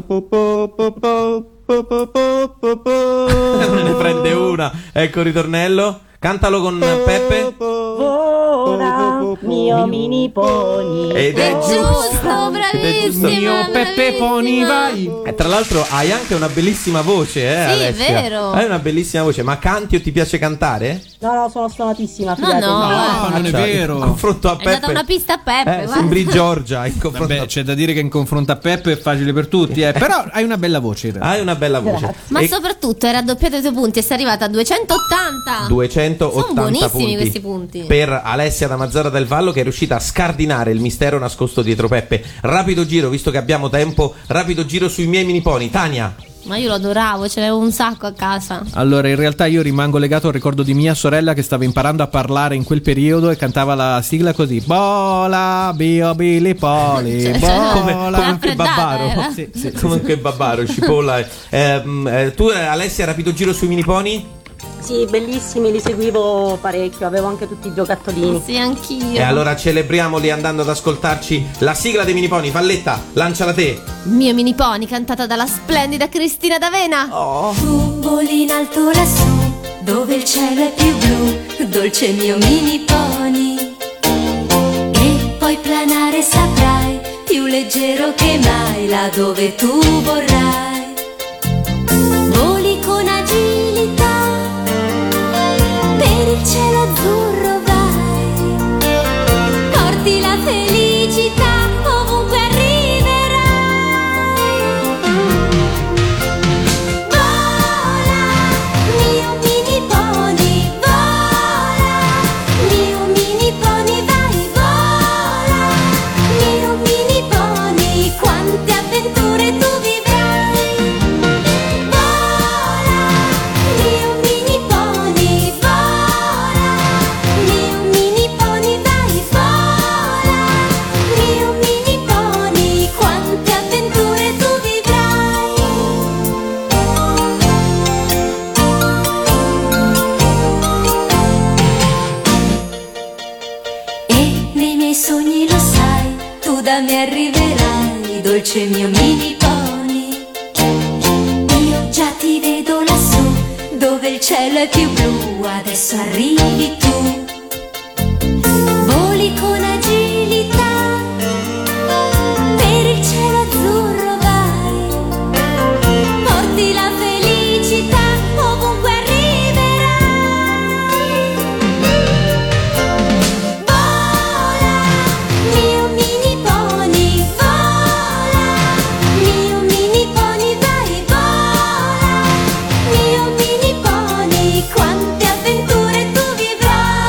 S3: *laughs*
S2: *laughs* ne prende una. Ecco il ritornello. Cantalo con Peppe.
S6: Vola,
S2: *laughs*
S6: mio mini pony.
S2: Ed
S3: È
S2: è
S3: giusto,
S2: giusto. Ed è giusto.
S3: bravissima.
S1: Mio Peppe
S3: bravissima.
S1: Pony vai.
S2: E tra l'altro hai anche una bellissima voce, eh?
S3: Sì, è
S2: Alessia?
S3: vero.
S2: Hai una bellissima voce, ma canti o ti piace cantare?
S6: No, no, sono stonatissima.
S3: No,
S6: fidati.
S3: no.
S1: No, non è
S2: Cioè, In
S1: vero.
S2: confronto a
S3: È
S2: Peppe.
S3: data una pista a Peppe.
S2: eh,
S3: guarda.
S2: sembri Giorgia in confronto
S1: Vabbè,
S2: a
S1: c'è da dire che in confronto a Peppe è facile per tutti, eh. però hai una bella voce in realtà.
S2: Hai una bella voce.
S3: Ma
S2: E
S3: soprattutto hai raddoppiato i tuoi punti e sei arrivata a 280.
S2: 280
S3: Ah, Sono buonissimi
S2: punti
S3: questi punti.
S2: per Alessia da Mazzara del Vallo che è riuscita a scardinare il mistero nascosto dietro Peppe. Rapido giro, visto che abbiamo tempo, rapido giro sui miei mini pony. Tania,
S3: Ma io lo adoravo, ce l'avevo un sacco a casa.
S1: Allora, in realtà io rimango legato al ricordo di mia sorella che stava imparando a parlare in quel periodo e cantava la sigla così: Bola, bio, bili, poli,
S3: Cioè, cioè, no,
S1: bola.
S3: come-
S2: comunque
S3: L'ha raffreddata, era?
S1: Sì, sì, sì,
S2: comunque Babbaro,
S1: *laughs*
S2: Cipolla. eh. Ehm, eh, tu eh, Alessia, rapido giro sui mini pony?
S6: Sì, bellissimi, li seguivo parecchio, avevo anche tutti i giocattolini.
S3: Sì, anch'io.
S2: Mm. E allora celebriamoli andando ad ascoltarci la sigla dei mini pony. Valletta, lanciala te.
S3: Mio mini pony cantata dalla splendida Cristina D'Avena.
S2: Oh.
S8: Tu voli in alto lassù, dove il cielo è più blu, dolce mio mini pony. E poi planare saprai, più leggero che mai, là dove tu vorrai. Voli con agilità, per il cielo azzurro vai. Porti la felicità, ovunque arriverai. Vola, mio mini pony, vola, mio mini pony vai, vola, mio mini pony, quante avventure tu vivrai. Vola, mio mini pony, vola, mio mini pony vai, vola, mio mini pony, quante avventure tu vivrai. E nei miei sogni lo sai, tu da me arriverai, dolce mio mini pony. Io già ti vedo lassù, dove il cielo è più blu, adesso arrivi tu. Voli con agilità, per il cielo azzurro vai. Porti la felicità ovunque arriverai. Vola, mio mini pony, vola, mio mini pony vai, vola, mio mini pony, quante avventure tu vivrai.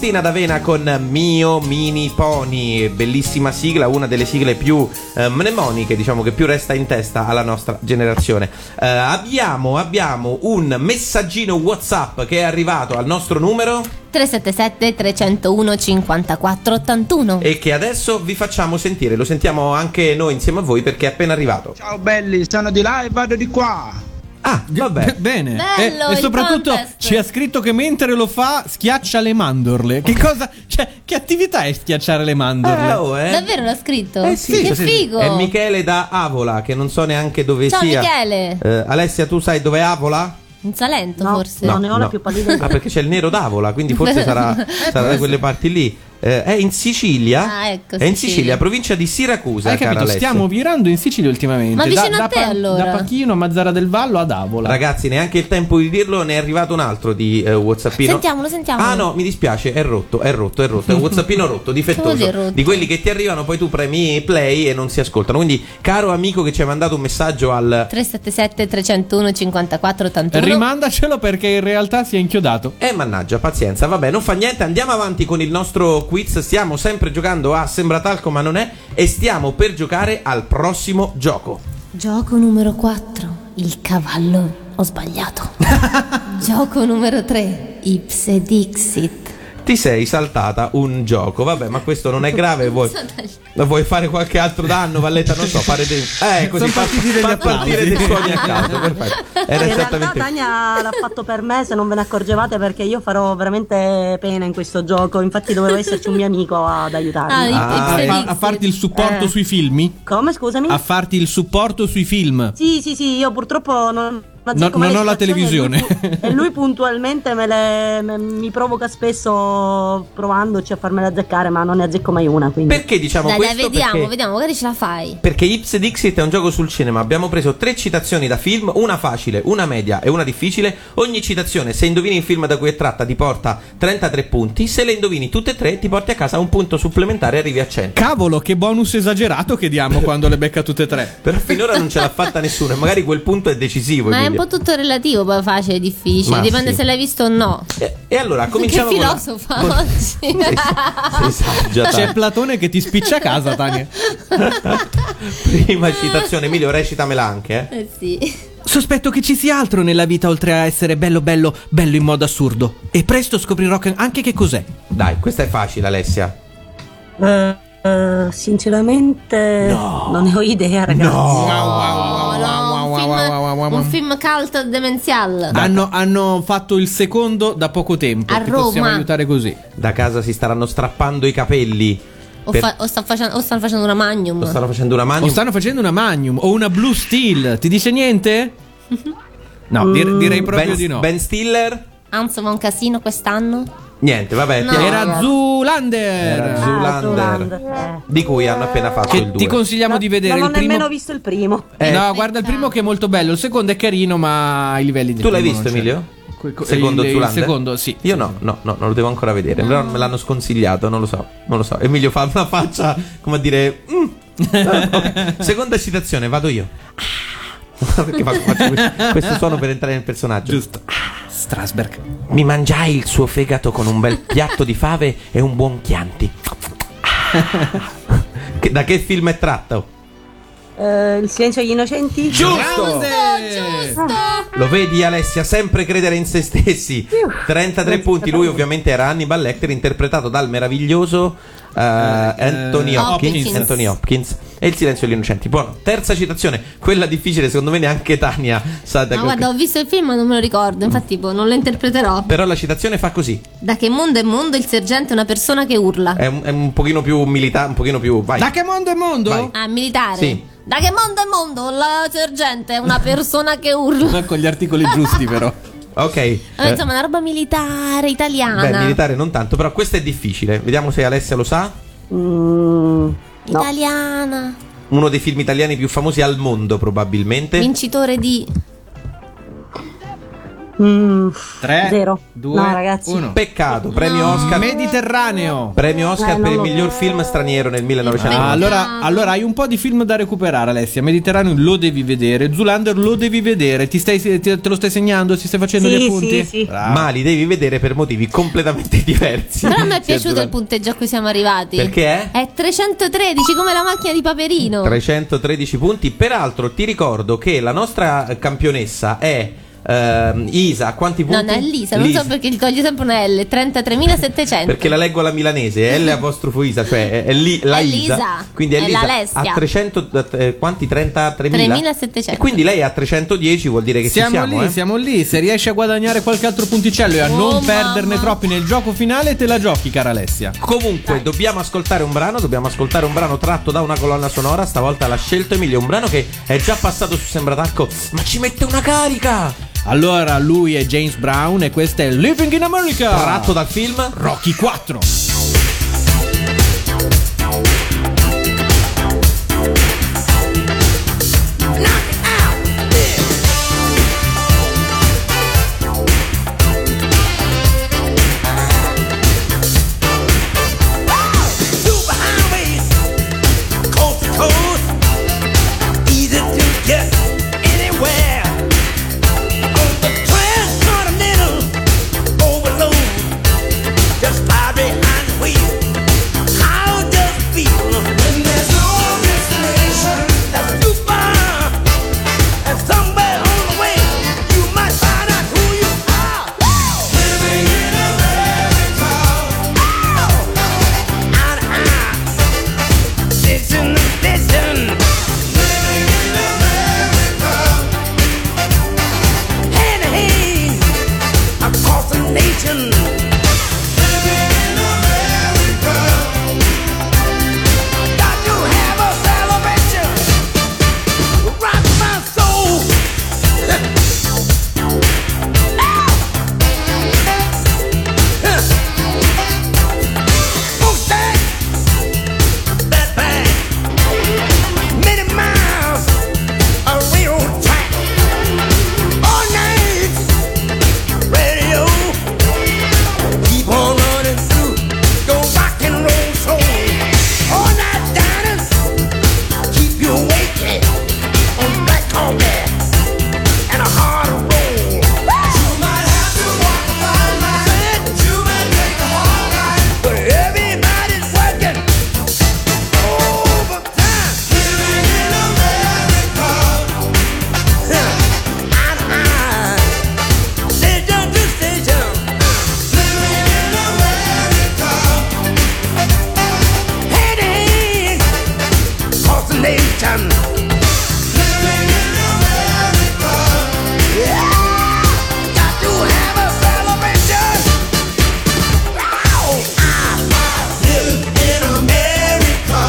S2: Martina D'Avena con Mio Mini Pony, bellissima sigla, una delle sigle più eh, mnemoniche, diciamo che più resta in testa alla nostra generazione. Eh, abbiamo, abbiamo un messaggino WhatsApp che è arrivato al nostro numero
S3: 377 301 54 81
S2: e che adesso vi facciamo sentire, lo sentiamo anche noi insieme a voi perché è appena arrivato.
S9: Ciao belli, sono di là e vado di qua.
S2: Ah,
S1: *laughs*
S2: vabbè.
S1: Bene. Eh,
S3: Bello,
S1: e, e
S3: il
S1: soprattutto
S3: contest.
S1: ci ha scritto che mentre lo fa schiaccia le mandorle. Che cosa? Cioè, che attività è schiacciare le mandorle?
S2: Eh, oh, eh.
S3: Davvero l'ha scritto?
S2: Eh sì,
S3: che
S2: sì, sì.
S3: figo!
S2: È Michele da Avola, che non so neanche dove
S3: Ciao,
S2: sia.
S3: Michele.
S2: Eh, Alessia, tu sai dove è Avola?
S3: In Salento
S6: No.
S3: forse.
S6: No. Non ne ho la più pallida idea.
S2: Ah, perché c'è il nero d'Avola, quindi
S3: *laughs*
S2: forse sarà, sarà da quelle parti lì. Eh, è in Sicilia.
S3: Eh, Ah, ecco,
S2: È in
S3: Sicilia.
S2: Sicilia, provincia di Siracusa,
S1: Hai
S2: cara
S1: capito?
S2: Alessia.
S1: Stiamo virando in Sicilia ultimamente.
S3: Ma vicino
S1: da, da
S3: a te, allora.
S1: Da Pachino, Mazzara del Vallo ad Avola.
S2: Ragazzi, neanche il tempo di dirlo, ne è arrivato un altro di eh, Whatsappino.
S3: Sentiamolo, sentiamolo.
S2: Ah no, mi dispiace, è rotto, è rotto, è rotto. È un Whatsappino
S3: *laughs*
S2: rotto,
S3: Che vuol
S2: difettoso.
S3: dire rotto?
S2: Di quelli che ti arrivano, poi tu premi play e non si ascoltano. Quindi, caro amico che ci ha mandato un messaggio al
S3: 377 301 54 81
S1: Eh, Rimandacelo perché in realtà si è inchiodato.
S2: Eh mannaggia, pazienza, vabbè, non fa niente, andiamo avanti con il nostro quiz. Stiamo sempre giocando a Sembra talco ma non è e stiamo per giocare al prossimo gioco.
S3: Gioco numero 4, il cavallo.
S2: *laughs*
S3: Ho sbagliato. Gioco numero 3, Ipse Dixit.
S2: Ti sei saltata un gioco, vabbè, ma questo non è grave, vuoi vuoi fare qualche altro danno, Valletta? Non so, fare dei Eh, così
S1: Sono
S2: fa,
S1: partiti degli
S2: fa partire
S1: applausi.
S2: dei suoni a caso, perfetto.
S1: Eh,
S2: Era
S6: in realtà
S2: esattamente
S6: Tania l'ha fatto per me, se non ve ne accorgevate, perché io farò veramente pena in questo gioco. Infatti doveva esserci un mio amico ad
S3: Ah,
S6: aiutarmi.
S3: Ipse
S2: Ah,
S1: a,
S3: Dixit.
S1: fa- a farti il supporto
S6: Eh.
S1: sui film?
S6: Come, scusami?
S1: A farti il supporto sui film.
S6: Sì, sì, sì, io purtroppo non, azzecco
S1: Non-
S6: mai
S1: non ho la
S6: le situazioni
S1: televisione.
S6: E lui, pu- e lui puntualmente me le- me- mi provoca spesso provandoci a farmela azzeccare, ma non ne azzecco mai una. Quindi.
S2: Perché diciamo
S3: Dai, dai,
S2: questo?
S3: vediamo,
S2: Perché-
S3: vediamo, magari ce la fai.
S2: Perché Ips Dixit è un gioco sul cinema. Abbiamo preso tre citazioni da film, una facile, una media e una difficile. Ogni citazione, se indovini il film da cui è tratta, ti porta 33 punti. Se le indovini tutte e tre, ti porti a casa un punto supplementare e arrivi a 100.
S1: Cavolo, che bonus esagerato che diamo quando le becca tutte e tre.
S2: Però finora non ce l'ha fatta nessuno e magari quel punto è decisivo.
S3: Ma è un
S2: Emilia.
S3: po' tutto relativo, poi facile e difficile.
S2: Ma
S3: Dipende
S2: sì.
S3: se l'hai visto o no.
S2: E, e allora cominciamo
S3: che
S2: con la-
S3: filosofa
S2: con-
S3: oggi.
S1: *laughs*
S2: Sei- sei saggia,
S1: Esatto. C'è
S2: Tania.
S1: Platone che ti spiccia a casa, Tania.
S2: *laughs* Prima citazione, Emilio, recitamela anche, eh.
S3: *laughs* Eh sì.
S1: Sospetto che ci sia altro nella vita oltre a essere bello bello, bello in modo assurdo. E presto scoprirò che- anche che cos'è.
S2: Dai, questa è facile, Alessia.
S6: Eh, eh, sinceramente, non ne ho idea, ragazzi.
S3: Oh, no, un, film, un film cult demenzial.
S1: Hanno, hanno fatto il secondo da poco tempo.
S3: A
S1: Ti possiamo
S3: Roma.
S1: aiutare così.
S2: Da casa si staranno strappando i capelli.
S3: O,
S2: Per-
S3: fa- o sta facendo- o stanno facendo una magnum.
S2: Lo stanno facendo una
S1: O
S2: mano.
S1: stanno facendo una Magnum o una Blue Steel. Ti dice niente? Mm. No, dir- direi proprio
S2: ben,
S1: di no.
S2: Ben Stiller?
S3: Anzi, va un casino quest'anno.
S2: Niente, vabbè.
S3: No.
S2: ti-
S1: Era Zulander.
S2: Era
S6: Ah,
S2: Zoolander.
S6: Zoolander.
S2: Di cui hanno appena fatto il
S1: Che
S2: 2.
S1: ti consigliamo di vedere
S6: non ho
S1: il primo.
S6: nemmeno visto il primo.
S2: Eh.
S1: No, guarda il primo che è molto bello. Il secondo è carino, ma i livelli di
S2: tu l'hai visto, Emilio? Secondo
S1: il, il
S2: Zoolander?
S1: secondo, sì.
S2: Io no, no, no, non lo devo ancora vedere. Però me l'hanno sconsigliato, non lo so. Non lo so. Emilio fa una faccia come a dire. "Mm".
S1: *laughs*
S2: Ok, Seconda citazione, vado io. Ah. *laughs* Perché faccio, faccio questo, questo suono per entrare nel personaggio.
S1: Giusto. Strasberg.
S2: Mi mangiai il suo fegato con un bel piatto di fave e un buon
S1: *laughs*
S2: chianti. Che- da che film è tratto?
S6: Eh, il silenzio agli innocenti?
S2: Giusto!
S1: Grande!
S2: Lo vedi Alessia, sempre credere in se stessi. 33 punti, lui ovviamente era Hannibal Lecter interpretato dal meraviglioso eh, Anthony
S1: eh,
S2: Hopkins,
S3: Hopkins.
S2: Anthony Hopkins. E il silenzio degli innocenti. Buono. Terza citazione, quella difficile, secondo me neanche Tania sa da
S3: Ma guarda, ho visto il film ma non me lo ricordo. Infatti, boh, non lo interpreterò.
S2: Però la citazione fa così.
S3: Da che mondo è mondo il sergente è una persona che urla.
S2: È un, è un pochino più militare, un pochino più vai.
S1: Da che mondo è mondo?
S2: Vai.
S3: Ah, militare.
S2: Sì.
S3: Da che mondo è mondo la sergente è una persona che urla.
S1: Ma Con gli articoli giusti, però.
S2: Ok.
S3: Eh,
S2: Eh,
S3: Insomma, una roba militare italiana.
S2: beh, militare non tanto, però questa è difficile. Vediamo se Alessia lo sa.
S6: Mm, no.
S3: Italiana.
S2: Uno dei film italiani più famosi al mondo, probabilmente.
S3: Vincitore di.
S6: Mm,
S1: 3,
S6: Zero.
S1: 2,
S6: No, ragazzi.
S1: 1.
S2: Peccato, premio Oscar.
S1: Mediterraneo.
S2: Premio
S6: Eh,
S2: Oscar
S6: non
S2: per il
S6: lo-
S2: miglior film straniero nel 1990.
S1: Ah,
S3: Peccato.
S1: allora, allora hai un po' di film da recuperare, Alessia. Mediterraneo lo devi vedere. Zulander lo devi vedere. Ti stai, te, te lo stai segnando? Ti stai facendo
S6: Sì,
S1: gli
S6: sì,
S1: appunti?
S6: sì.
S1: Brava.
S2: Ma li devi vedere per motivi completamente *laughs* diversi.
S3: Però mi è
S2: Sì,
S3: piaciuto
S2: Zulander.
S3: il punteggio a cui siamo arrivati.
S2: Perché?
S3: È 313 come la macchina di Paperino.
S2: 313 punti. Peraltro, ti ricordo che la nostra campionessa è ehm, Isa. A Quanti punti?
S3: No, no, è Lisa, non so perché gli toglie sempre una L, 33.700.
S2: *laughs* Perché la leggo alla milanese, è L apostrofo Isa, cioè è, è lì la
S3: È
S2: Isa.
S3: Lisa,
S2: Quindi è,
S3: è
S2: Lisa
S3: l'Alessia.
S2: a 300 da- eh, quanti 33.000?
S3: 3.700.
S2: E quindi lei a 310 vuol dire che ci
S1: Siamo,
S2: siamo,
S1: lì,
S2: eh.
S1: siamo lì. Se riesci a guadagnare qualche altro punticello e a
S3: Oh,
S1: non
S3: mamma.
S1: perderne troppi nel gioco finale, te la giochi, cara Alessia.
S2: Comunque, dobbiamo ascoltare un brano. Dobbiamo ascoltare un brano tratto da una colonna sonora. Stavolta l'ha scelto Emilio. Un brano che è già passato su Sembratacco, ma ci mette una carica!
S1: Allora, lui è James Brown e questo è Living in America.
S2: Tratto dal film
S1: Rocky 4.
S5: Superhighways, coast to coast, easy to get anywhere. On the transcontinental overload, just fly behind the wheel. How does it feel? And there's no destination that's too far. And somewhere on the way, you might find out who you are. Living in America. Listen, listen. Living in America. Hand in hand across the nation. Living in America. Got to have a celebration. Rock my soul. Move that that back. Many miles of railroad track. All night radio. Keep on running through your rock and roll soul. All night diners keep you awake on black coffee and a hard roll. You might have to walk a fine line. You might take a hard line, but everybody's working. Overtime, living in America. Station to station, living in America. Hand to hand, across the nation, living in America. Yeah, got to have a celebration. Living in America.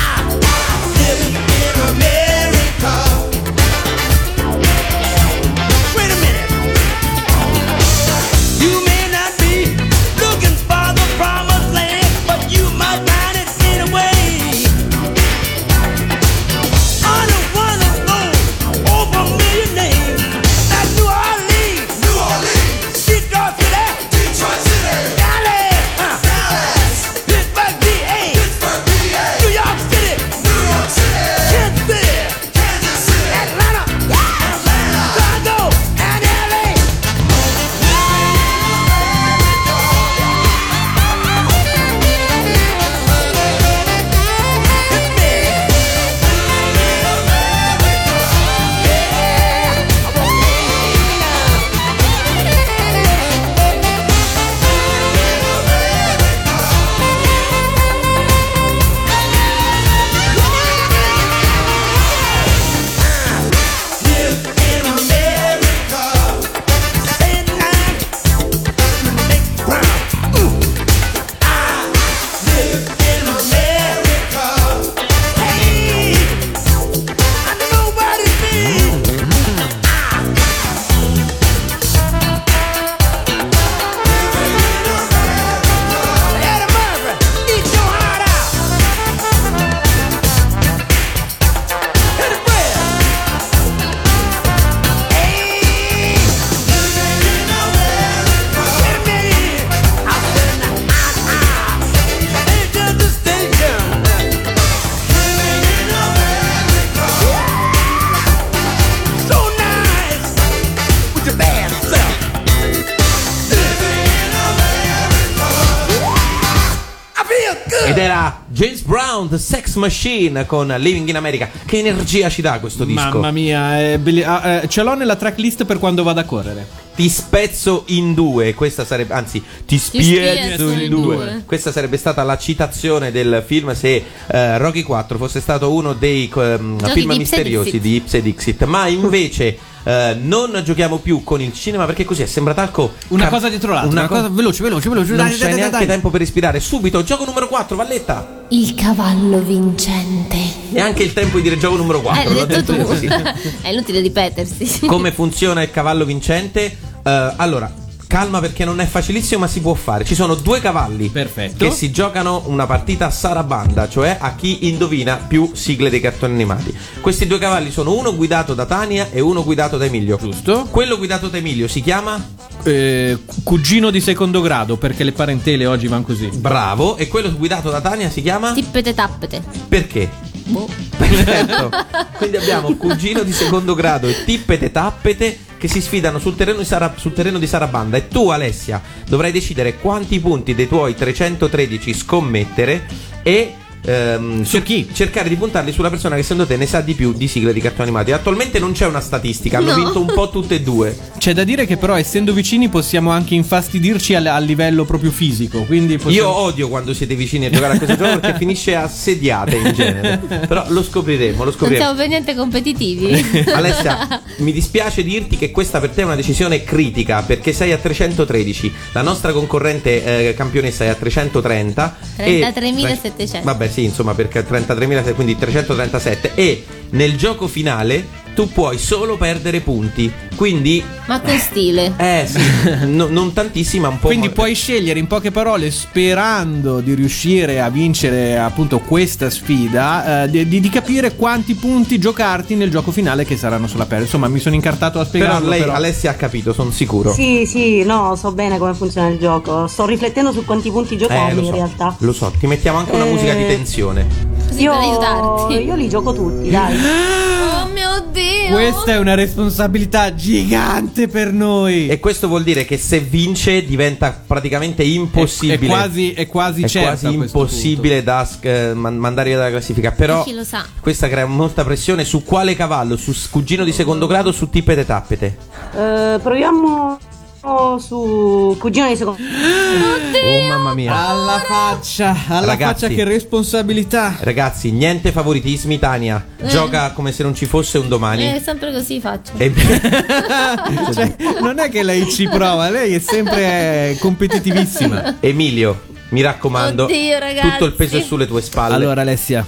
S5: Living in America. Wait a minute. You may not be looking for the promised land.
S2: Ed era James Brown, The Sex Machine con Living in America. Che energia ci dà questo disco?
S1: Mamma mia, è belli- ah, eh, ce l'ho nella tracklist per quando vado a correre.
S2: Ti spezzo in due, questa sarebbe, anzi, ti
S3: spiezzo
S2: spiezzo
S3: in
S2: in due.
S3: due.
S2: Questa sarebbe stata la citazione del film se eh, Rocky 4 fosse stato uno dei ehm,
S3: Giochi
S2: film
S3: di Ipse
S2: misteriosi
S3: Dixit.
S2: di Ips e Dixit. Ma invece eh, non giochiamo più con il cinema perché così è sembrato talco.
S1: Una cosa dietro l'altra. Una,
S2: co-
S1: cosa veloce, veloce, veloce.
S2: Non
S1: dai,
S2: c'è
S1: dai, dai,
S2: neanche
S1: dai.
S2: tempo per respirare. Subito, gioco numero 4, Valletta.
S3: Il cavallo vincente.
S2: Neanche il tempo di dire gioco numero 4.
S3: Eh, l'hai detto tu. *laughs* È inutile ripetersi.
S2: Come funziona il cavallo vincente? Eh, allora, calma perché non è facilissimo, ma si può fare. Ci sono due cavalli
S1: Perfetto.
S2: che si giocano una partita a sarabanda, cioè a chi indovina più sigle dei cartoni animati. Questi due cavalli sono uno guidato da Tania e uno guidato da Emilio.
S1: Giusto.
S2: Quello guidato da Emilio si chiama
S1: Eh, cu- cugino di secondo grado, perché le parentele oggi vanno così.
S2: Bravo e quello guidato da Tania si chiama
S3: Tippete tappete.
S2: Perché?
S3: Boh.
S1: *laughs*
S2: Perfetto. Quindi abbiamo cugino di secondo grado e tippete tappete che si sfidano sul terreno, di Sara- sul terreno di Sarabanda. E tu, Alessia, dovrai decidere quanti punti dei tuoi 313 scommettere e. ehm,
S1: Su chi?
S2: Cercare di puntarli sulla persona che secondo te ne sa di più di sigle di cartoni animati. Attualmente non c'è una statistica, hanno
S3: No.
S2: vinto un po' tutte e due.
S1: C'è da dire che, però, essendo vicini, possiamo anche infastidirci al, al livello proprio fisico. Quindi
S2: Io
S1: possiamo-
S2: odio quando siete vicini a giocare a questo gioco perché finisce a sediate in
S1: *laughs*
S2: genere. Però lo scopriremo, lo
S3: Non
S2: scopriremo.
S3: siamo per niente competitivi.
S2: *laughs* Alessia, mi dispiace dirti che questa per te è una decisione critica perché sei a 313, la nostra concorrente eh, campionessa è a 330 e-
S3: 33.700.
S2: Vabbè, sì, insomma, perché 33.700, quindi 337 e nel gioco finale tu puoi solo perdere punti. Quindi
S3: *laughs* Ma
S2: *gasps*
S3: con stile.
S1: *laughs*
S2: eh sì, no- non tantissima, un po'
S1: Quindi
S2: ma-
S1: puoi scegliere in poche parole, sperando di riuscire a vincere appunto questa sfida, eh, di, di- di capire quanti punti giocarti nel gioco finale che saranno sulla pelle. Insomma, mi sono incartato a
S2: però
S1: spiegarlo.
S2: lei
S1: però.
S2: Alessia ha capito, sono sicuro.
S6: Sì, sì, no, so bene come funziona il gioco. Sto riflettendo su quanti punti giocarmi
S2: Eh, lo
S6: in realtà.
S2: so, lo so, ti mettiamo anche una
S6: Eh.
S2: musica di tensione.
S3: Così
S6: Io,
S3: per aiutarti.
S6: io li gioco tutti, dai.
S3: Oh mio dio.
S1: Questa è una responsabilità gigante per noi.
S2: E questo vuol dire che se vince diventa praticamente impossibile.
S1: È, è quasi, è quasi
S2: è
S1: certa a
S2: quasi
S1: questo
S2: impossibile da sc- eh, man- mandare via dalla classifica. Però
S3: Chi lo sa?
S2: questa crea molta pressione su quale cavallo, su s- cugino di secondo grado, su tippete tappete.
S6: Eh, proviamo su Cugino di secondo.
S2: Oh mamma
S1: punto.
S2: mia.
S1: Alla faccia, alla
S2: Ragazzi.
S1: faccia che responsabilità.
S2: *laughs* Ragazzi, niente favoritismi, Tania. Gioca come se non ci fosse un domani.
S3: Eh, sempre così faccio.
S2: E-
S1: Cioè, non è che lei ci prova, lei è sempre eh, competitivissima.
S2: *laughs* Emilio, mi raccomando,
S3: Oddio, ragazzi.
S2: tutto il peso è sulle tue spalle.
S1: Allora Alessia,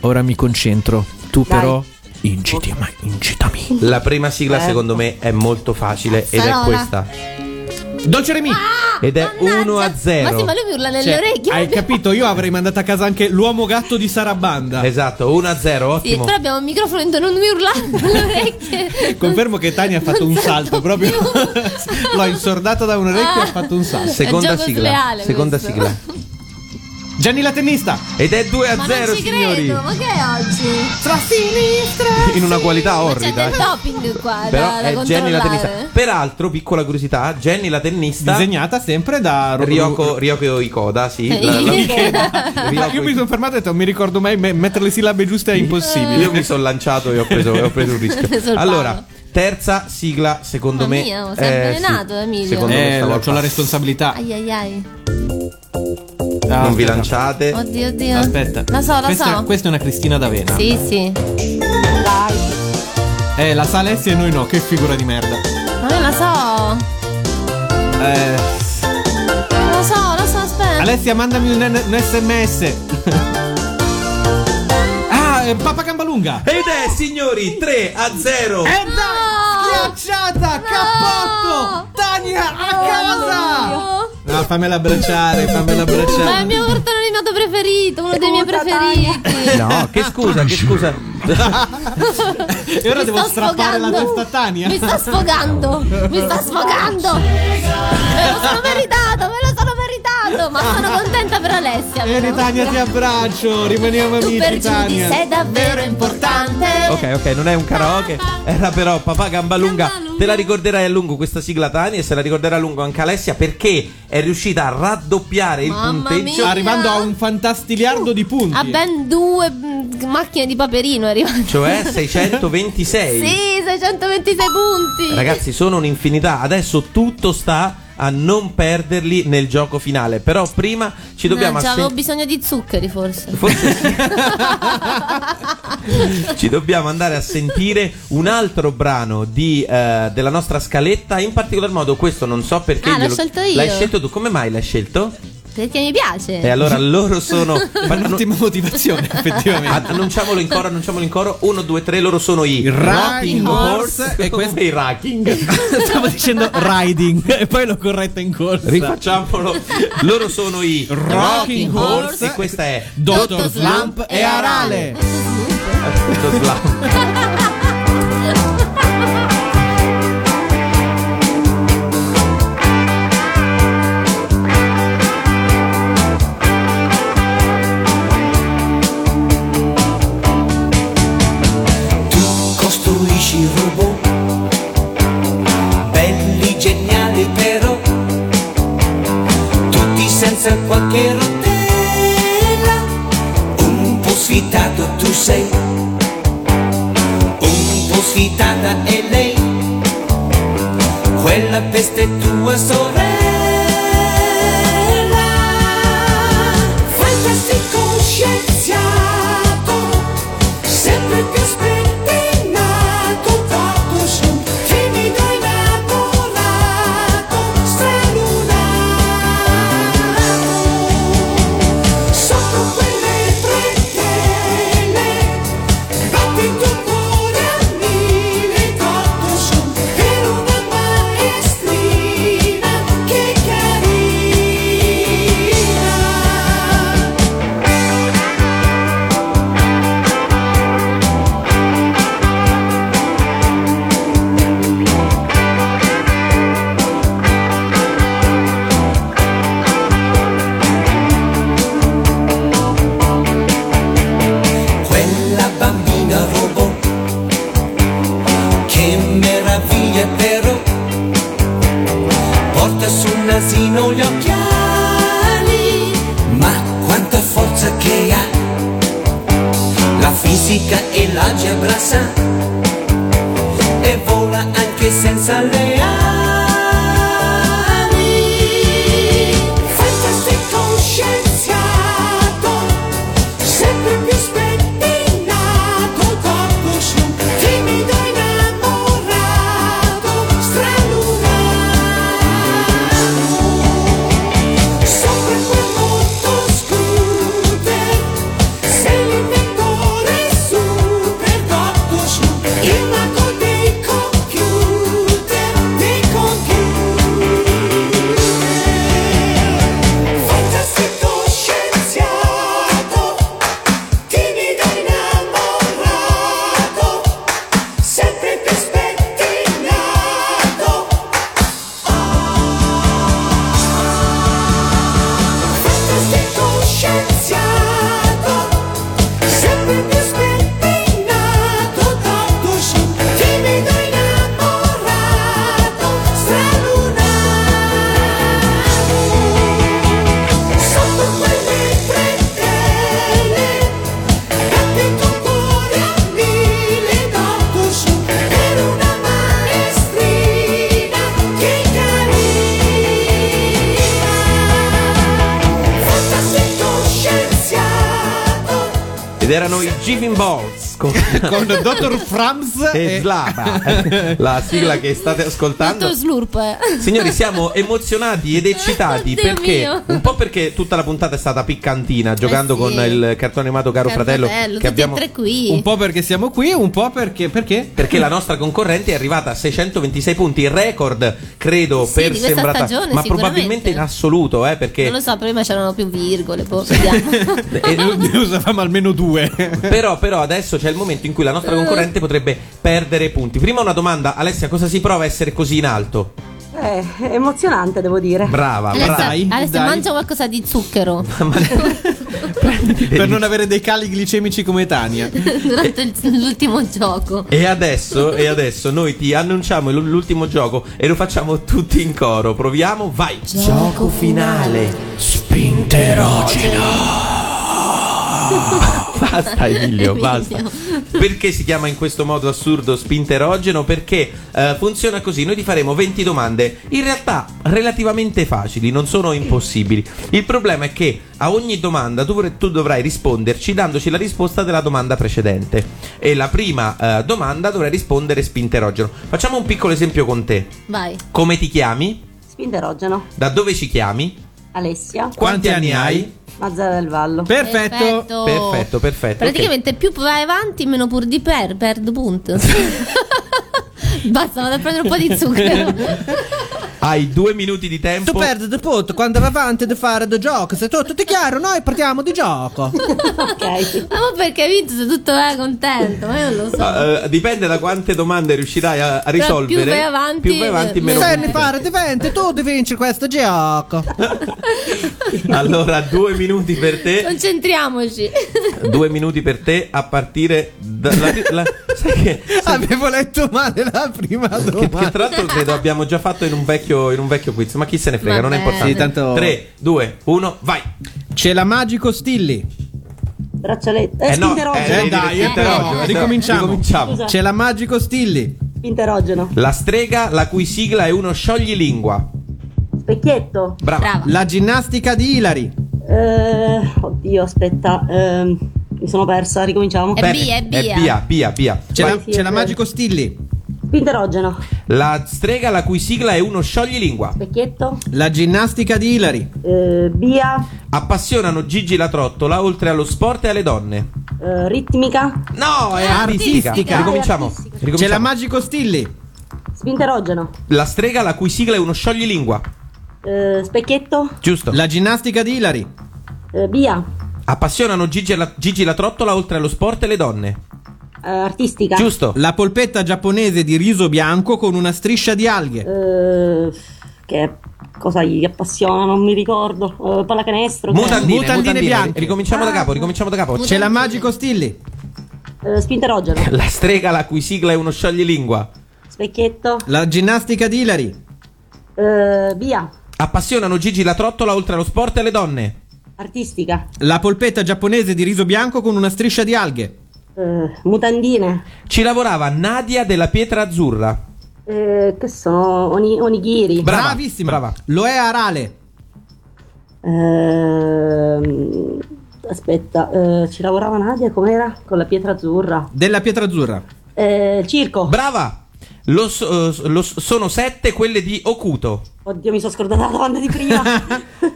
S1: ora mi concentro. Tu
S6: Dai.
S1: però incitami, incitami.
S2: La prima sigla,
S6: Eh.
S2: secondo me, è molto facile ed è
S3: Sarà ora.
S2: questa.
S1: Dolce Remy.
S2: Ed è
S3: Mannaggia.
S2: 1 a
S3: Ma sì, ma
S2: 0.
S3: lui mi urla Ah, nelle
S1: Cioè,
S3: orecchie.
S1: hai capito? Io avrei mandato a casa anche l'uomo gatto di Sarabanda.
S2: Esatto, 1 a 0,
S3: Sì,
S2: ottimo.
S3: però abbiamo un microfono in non mi urlare *laughs* nelle orecchie.
S1: Confermo che Tania ha fatto
S3: Non
S1: un
S3: sento
S1: salto proprio.
S3: più.
S1: *laughs*
S3: Ah.
S1: L'ho insordata da un orecchio e ha fatto un salto.
S2: *laughs*
S3: È
S2: Seconda
S3: gioco
S2: sigla.
S3: sleale
S2: Seconda
S3: questo.
S2: sigla.
S1: Gianni la tennista.
S2: Ed è 2 a
S3: Ma
S2: 0,
S3: non ci
S2: signori.
S3: credo, ma che è oggi?
S1: Tra sinistra.
S2: In una qualità
S3: Ma c'è
S2: orrida.
S3: del doping qua
S2: eh. Però
S3: da, da
S2: è Jenny la tennista.
S3: controllare.
S2: Peraltro, piccola curiosità, Jenny la tennista.
S1: Disegnata sempre da Ro-
S2: Ryoko, Ryoko Ikoda, sì.
S3: Eh, *laughs*
S2: La, la-
S1: Ah, io mi sono fermato e ho detto, non mi ricordo mai, me- mettere le sillabe giuste è
S3: Eh,
S1: impossibile.
S2: Io mi sono lanciato e ho preso, ho preso un rischio.
S3: *laughs* Sul
S2: Allora,
S3: palo.
S2: terza sigla, secondo
S3: Mamma
S2: me. eh,
S3: mia, sei avvelenato, Emilio.
S2: Secondo me
S1: Eh,
S2: stavolta.
S1: ho la responsabilità.
S3: Ai ai ai.
S1: Ah,
S2: Non vi
S1: aspetta.
S2: lanciate.
S3: Oddio oddio.
S1: Aspetta.
S3: La so, la
S1: questa,
S3: so.
S1: questa è una Cristina d'Avena.
S3: Sì, sì.
S1: Eh, la sa Alessia e noi no, che figura di merda.
S3: Ma io la so.
S1: Eh,
S3: La so, la so, aspetta.
S1: Alessia, mandami un, un sms. *laughs* ah, eh, Papa Cambalunga.
S2: Ed è, signori, 3 a 0.
S1: E dai,
S3: Eh, No!
S1: schiacciata, cappotto,
S3: Oh,
S1: Tania a casa.
S3: No!
S1: No, fammela abbracciare, fammela
S3: Ma è
S1: abbracciare.
S3: il mio cartone animato preferito, uno dei miei
S6: Scusa,
S3: preferiti.
S2: No, che scusa, che scusa.
S1: E ora
S3: Mi
S1: devo
S3: sto
S1: strappare la
S3: sfogando.
S1: testa a Tania. *laughs*
S3: Mi sta sfogando, mi sta sfogando. Me lo sono meritato, me lo sono meritato, ma sono contenta per Alessia.
S1: Bene
S3: però.
S1: Tania ti abbraccio, rimaniamo
S3: Tu
S1: amici
S3: per Giudy
S1: Tania.
S3: sei davvero importante.
S2: Ok, ok, non è un karaoke, era però papà gamba lunga. Te la ricorderai a lungo questa sigla Tania e se la ricorderà a lungo anche Alessia perché è riuscita a raddoppiare il
S3: Mamma
S2: punteggio.
S3: mia.
S1: Arrivando a un fantastiliardo di punti.
S3: Ha ben due mm, macchine di paperino è arrivato.
S2: Cioè 626.
S3: Sì, 626 punti.
S2: Ragazzi, sono un'infinità. Adesso tutto sta a non perderli nel gioco finale. Però prima ci dobbiamo
S3: Mannaggia, avevo
S2: assen-
S3: bisogno di zuccheri forse.
S2: Forse
S3: *laughs*
S2: sì. *laughs* ci dobbiamo andare a sentire un altro brano di, eh, della nostra scaletta. In particolar modo, questo non so perché.
S3: Ah, l'ho
S2: glielo-
S3: scelto io. Eh.
S2: L'hai scelto tu? Come mai l'hai scelto?
S3: Perché mi piace.
S2: E allora loro sono.
S1: Ma un'ottima
S3: *laughs*
S1: motivazione, effettivamente.
S2: Ah, Annunciamolo in coro, annunciamolo in coro. 1, 2, 3, loro sono i
S1: Rocking
S2: Rocking
S1: Horse e questo-
S2: i
S1: *laughs*
S2: Rocking.
S1: Stavo dicendo riding *laughs* e poi l'ho corretta in corsa.
S2: Rifacciamolo. Loro sono i
S1: Rocking Horse
S2: e questa è
S1: Dottor Slump e Arale.
S2: Dottor Slump.
S5: Tu costruisci robot, belli, geniali però, tutti senza qualche rotella, un po' sfidato tu sei, un po' sfidata è lei, quella peste è tua sorella, fantastico scienziato. Sempre più spettinato, fatto su, timido innamorato, stralunato. Sotto quelle pretele, batti il tuo cuore a mille, fatto su, per una maestrina che carina. quella bambina robot. Che meraviglia però, porta sul nasino gli occhiali, ma quanta forza che ha, la fisica e l'algebra sa, e vola anche senza le ali. Fantastico scienziato, Sempre più spettinato, troppo su, timido innamorato, stralunato. Sopra quel mondo scooter, sei l'inventore super, troppo su, il mago dei computer, dei computer. Fantastico scienziato, timido innamorato, sempre più spettinato. Fantastico scienziato, sempre più spettinato, tanto su, timido innamorato, stralunato. Sotto quelle pretele, capito tuo cuore a mille dato su per una maestrina che carina. Fantastico scienziato,
S2: Ed erano i Giving Balls con
S5: *laughs*
S1: Con Dottor Frams
S2: e
S3: *laughs*
S2: Slava, la sigla che state ascoltando.
S3: Eh. Tutto slurp. eh.
S2: Signori, siamo emozionati ed eccitati
S3: Oddio
S2: perché
S3: mio. Eh
S2: un po' perché tutta la puntata è stata piccantina, giocando
S3: sì.
S2: con il cartone animato Caro
S3: Caro
S2: Fratello,
S3: fratello,
S2: che
S3: tutti
S2: abbiamo
S3: e tre qui.
S1: Un po' perché siamo qui, un po' perché perché?
S2: perché la nostra concorrente è arrivata a 626 punti, il record credo
S3: Sì,
S2: per
S3: di questa
S2: sembrata,
S3: stagione,
S2: ma
S3: sicuramente.
S2: probabilmente in assoluto, eh, perché
S3: Non lo so, prima c'erano più virgole, boh, vediamo.
S1: E
S3: *laughs*
S1: ne usavamo almeno due.
S2: eh, *laughs* Però, però adesso c'è il momento in cui la
S3: Eh.
S2: nostra concorrente potrebbe perdere punti. Prima una domanda, Alessia, cosa si prova a essere così in alto?
S6: Eh, Eh, è emozionante, devo dire.
S2: Brava,
S1: Alessia-
S2: brava.
S1: Dai,
S3: Alessia,
S1: dai.
S3: mangia qualcosa di zucchero
S1: per non avere dei cali glicemici come Tania.
S3: *laughs* durante il- l'ultimo gioco.
S2: E adesso, e adesso noi ti annunciamo l- l'ultimo gioco e lo facciamo tutti in coro. Proviamo, vai. Gioco finale. Spinterogeno. Basta Emilio,
S3: *laughs* Emilio.
S2: basta. Perché si chiama in questo modo assurdo spinterogeno? Perché eh, funziona così, noi ti faremo 20 domande, in realtà relativamente facili, non sono impossibili. Il problema è che a ogni domanda tu, vor- tu dovrai risponderci dandoci la risposta della domanda precedente e la prima eh, domanda dovrai rispondere spinterogeno. Facciamo un piccolo esempio con te.
S3: Vai.
S2: Come ti chiami?
S6: Spinterogeno,
S2: Da dove ci chiami?
S6: Alessia,
S1: Quanti anni hai?
S6: Mazzara del Vallo.
S1: Perfetto.
S2: Perfetto, perfetto,
S3: Praticamente più vai avanti, meno pur di per, perdo punto. *laughs* Basta, vado a prendere un po' di zucchero.
S2: Hai due minuti di tempo.
S1: il punto quando va avanti di fare due gioco. Se tutto ti chiaro, noi partiamo di gioco.
S6: Ok.
S3: *laughs* Ma perché Vince se tutto è contento, ma io non lo so.
S2: Eh, dipende da quante domande riuscirai a, a risolvere.
S3: più vai avanti,
S2: più vai avanti,
S3: eh,
S2: meno
S3: se
S2: punti.
S1: di 20, tu devi vincere questo gioco.
S2: Allora, due minuti per te.
S3: Concentriamoci.
S2: Due minuti per te a partire dalla. la- sai che, sai che-
S1: Avevo letto male la prima
S2: che
S1: domanda.
S2: tra l'altro credo abbiamo già fatto in un vecchio, in un vecchio quiz, ma chi se ne frega, non è
S3: Vabbè.
S2: importante.
S1: Sì, tanto-
S2: 3, 2, 1, vai!
S1: C'è la Magico Stilli.
S6: Braccialetto. Eh,
S2: Eh no, eh,
S6: spinterogeno.
S1: Eh, dai, eh,
S2: spinterogeno,
S1: no,
S2: eh,
S1: ricominciamo.
S6: Scusa.
S1: C'è la Magico Stilli.
S6: Spinterogeno.
S2: La strega la cui sigla è uno scioglilingua.
S6: Specchietto.
S2: Brava.
S3: Brava.
S1: La ginnastica di Ilari.
S6: Eh, oddio, aspetta. ehm, mi sono persa, ricominciamo.
S3: È
S2: Bene,
S3: Bia, è Bia.
S2: Bia, Bia, Bia.
S1: C'è,
S2: Vai.
S1: la, c'è la Magico Stilli.
S6: Spinterogeno.
S2: La strega la cui sigla è uno scioglilingua.
S6: Specchietto.
S1: La ginnastica di Ilari.
S6: eh, via.
S2: Appassionano Gigi la trottola oltre allo sport e alle donne.
S6: eh, ritmica.
S2: No, è
S1: Artistica.
S2: artistica. Ricominciamo.
S6: Artistica.
S2: ricominciamo.
S1: C'è la Magico Stilli.
S6: Spinterogeno.
S2: La strega la cui sigla è uno scioglilingua.
S6: eh, specchietto.
S2: Giusto.
S1: La ginnastica di Ilari.
S6: eh, via.
S2: Appassionano Gigi la, Gigi la trottola oltre allo sport e le donne.
S6: eh, artistica.
S2: Giusto.
S1: La polpetta giapponese di riso bianco con una striscia di alghe.
S6: Eh, che cosa gli appassiona? Non mi ricordo. Eh, pallacanestro. che-
S2: Mutandine,
S1: Mutandine bianche.
S2: Ricominciamo da capo, ricominciamo da capo.
S1: C'è la Magico Stilli.
S6: eh, spinterogeno.
S2: La strega la cui sigla è uno scioglilingua.
S6: Specchietto.
S1: La ginnastica di Ilari.
S6: eh, via.
S2: Appassionano Gigi la trottola oltre allo sport e alle donne.
S6: Artistica.
S1: La polpetta giapponese di riso bianco con una striscia di alghe.
S6: eh, mutandine.
S2: Ci lavorava Nadia della Pietra Azzurra.
S6: eh, che sono? Oni- onighiri.
S2: Brava,
S1: Bravissima.
S2: brava.
S1: Loè Arale.
S6: Ehm, aspetta, eh, ci lavorava Nadia, com'era? Con la pietra azzurra.
S1: Della pietra azzurra.
S6: Eh, il
S1: Oh.
S6: circo.
S2: Brava! Lo so- eh, lo so- sono sette quelle di Okuto.
S1: *laughs*
S6: Oddio, mi sono scordata la domanda di prima.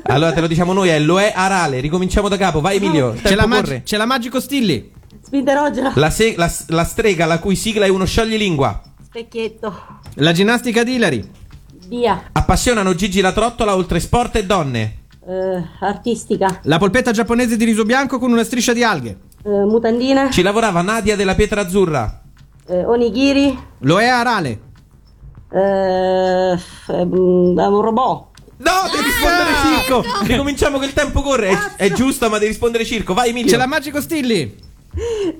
S2: Allora te lo diciamo noi, è Loè Arale. Ricominciamo da capo, vai Emilio. il
S1: C'è la,
S2: tempo
S1: mag-
S2: corre.
S1: c'è la Magico Stilli.
S6: Spinterogeno.
S2: La, se- la s- la strega la cui sigla è uno scioglilingua.
S6: Specchietto.
S1: La ginnastica di Ilari.
S6: Via.
S2: Appassionano Gigi la trottola oltre sport e donne.
S6: Eh, artistica.
S1: La polpetta giapponese di riso bianco con una striscia di alghe.
S6: Eh, mutandine.
S2: Ci lavorava Nadia della Pietra Azzurra.
S6: Eh, onigiri.
S1: Loè Arale.
S6: Eh, f- eh, mm, è un robot.
S2: No, devi rispondere Circo. Ricominciamo che il tempo corre. È, è giusto, ma devi rispondere Circo. Vai Emilio.
S1: C'è la Magico Stilli.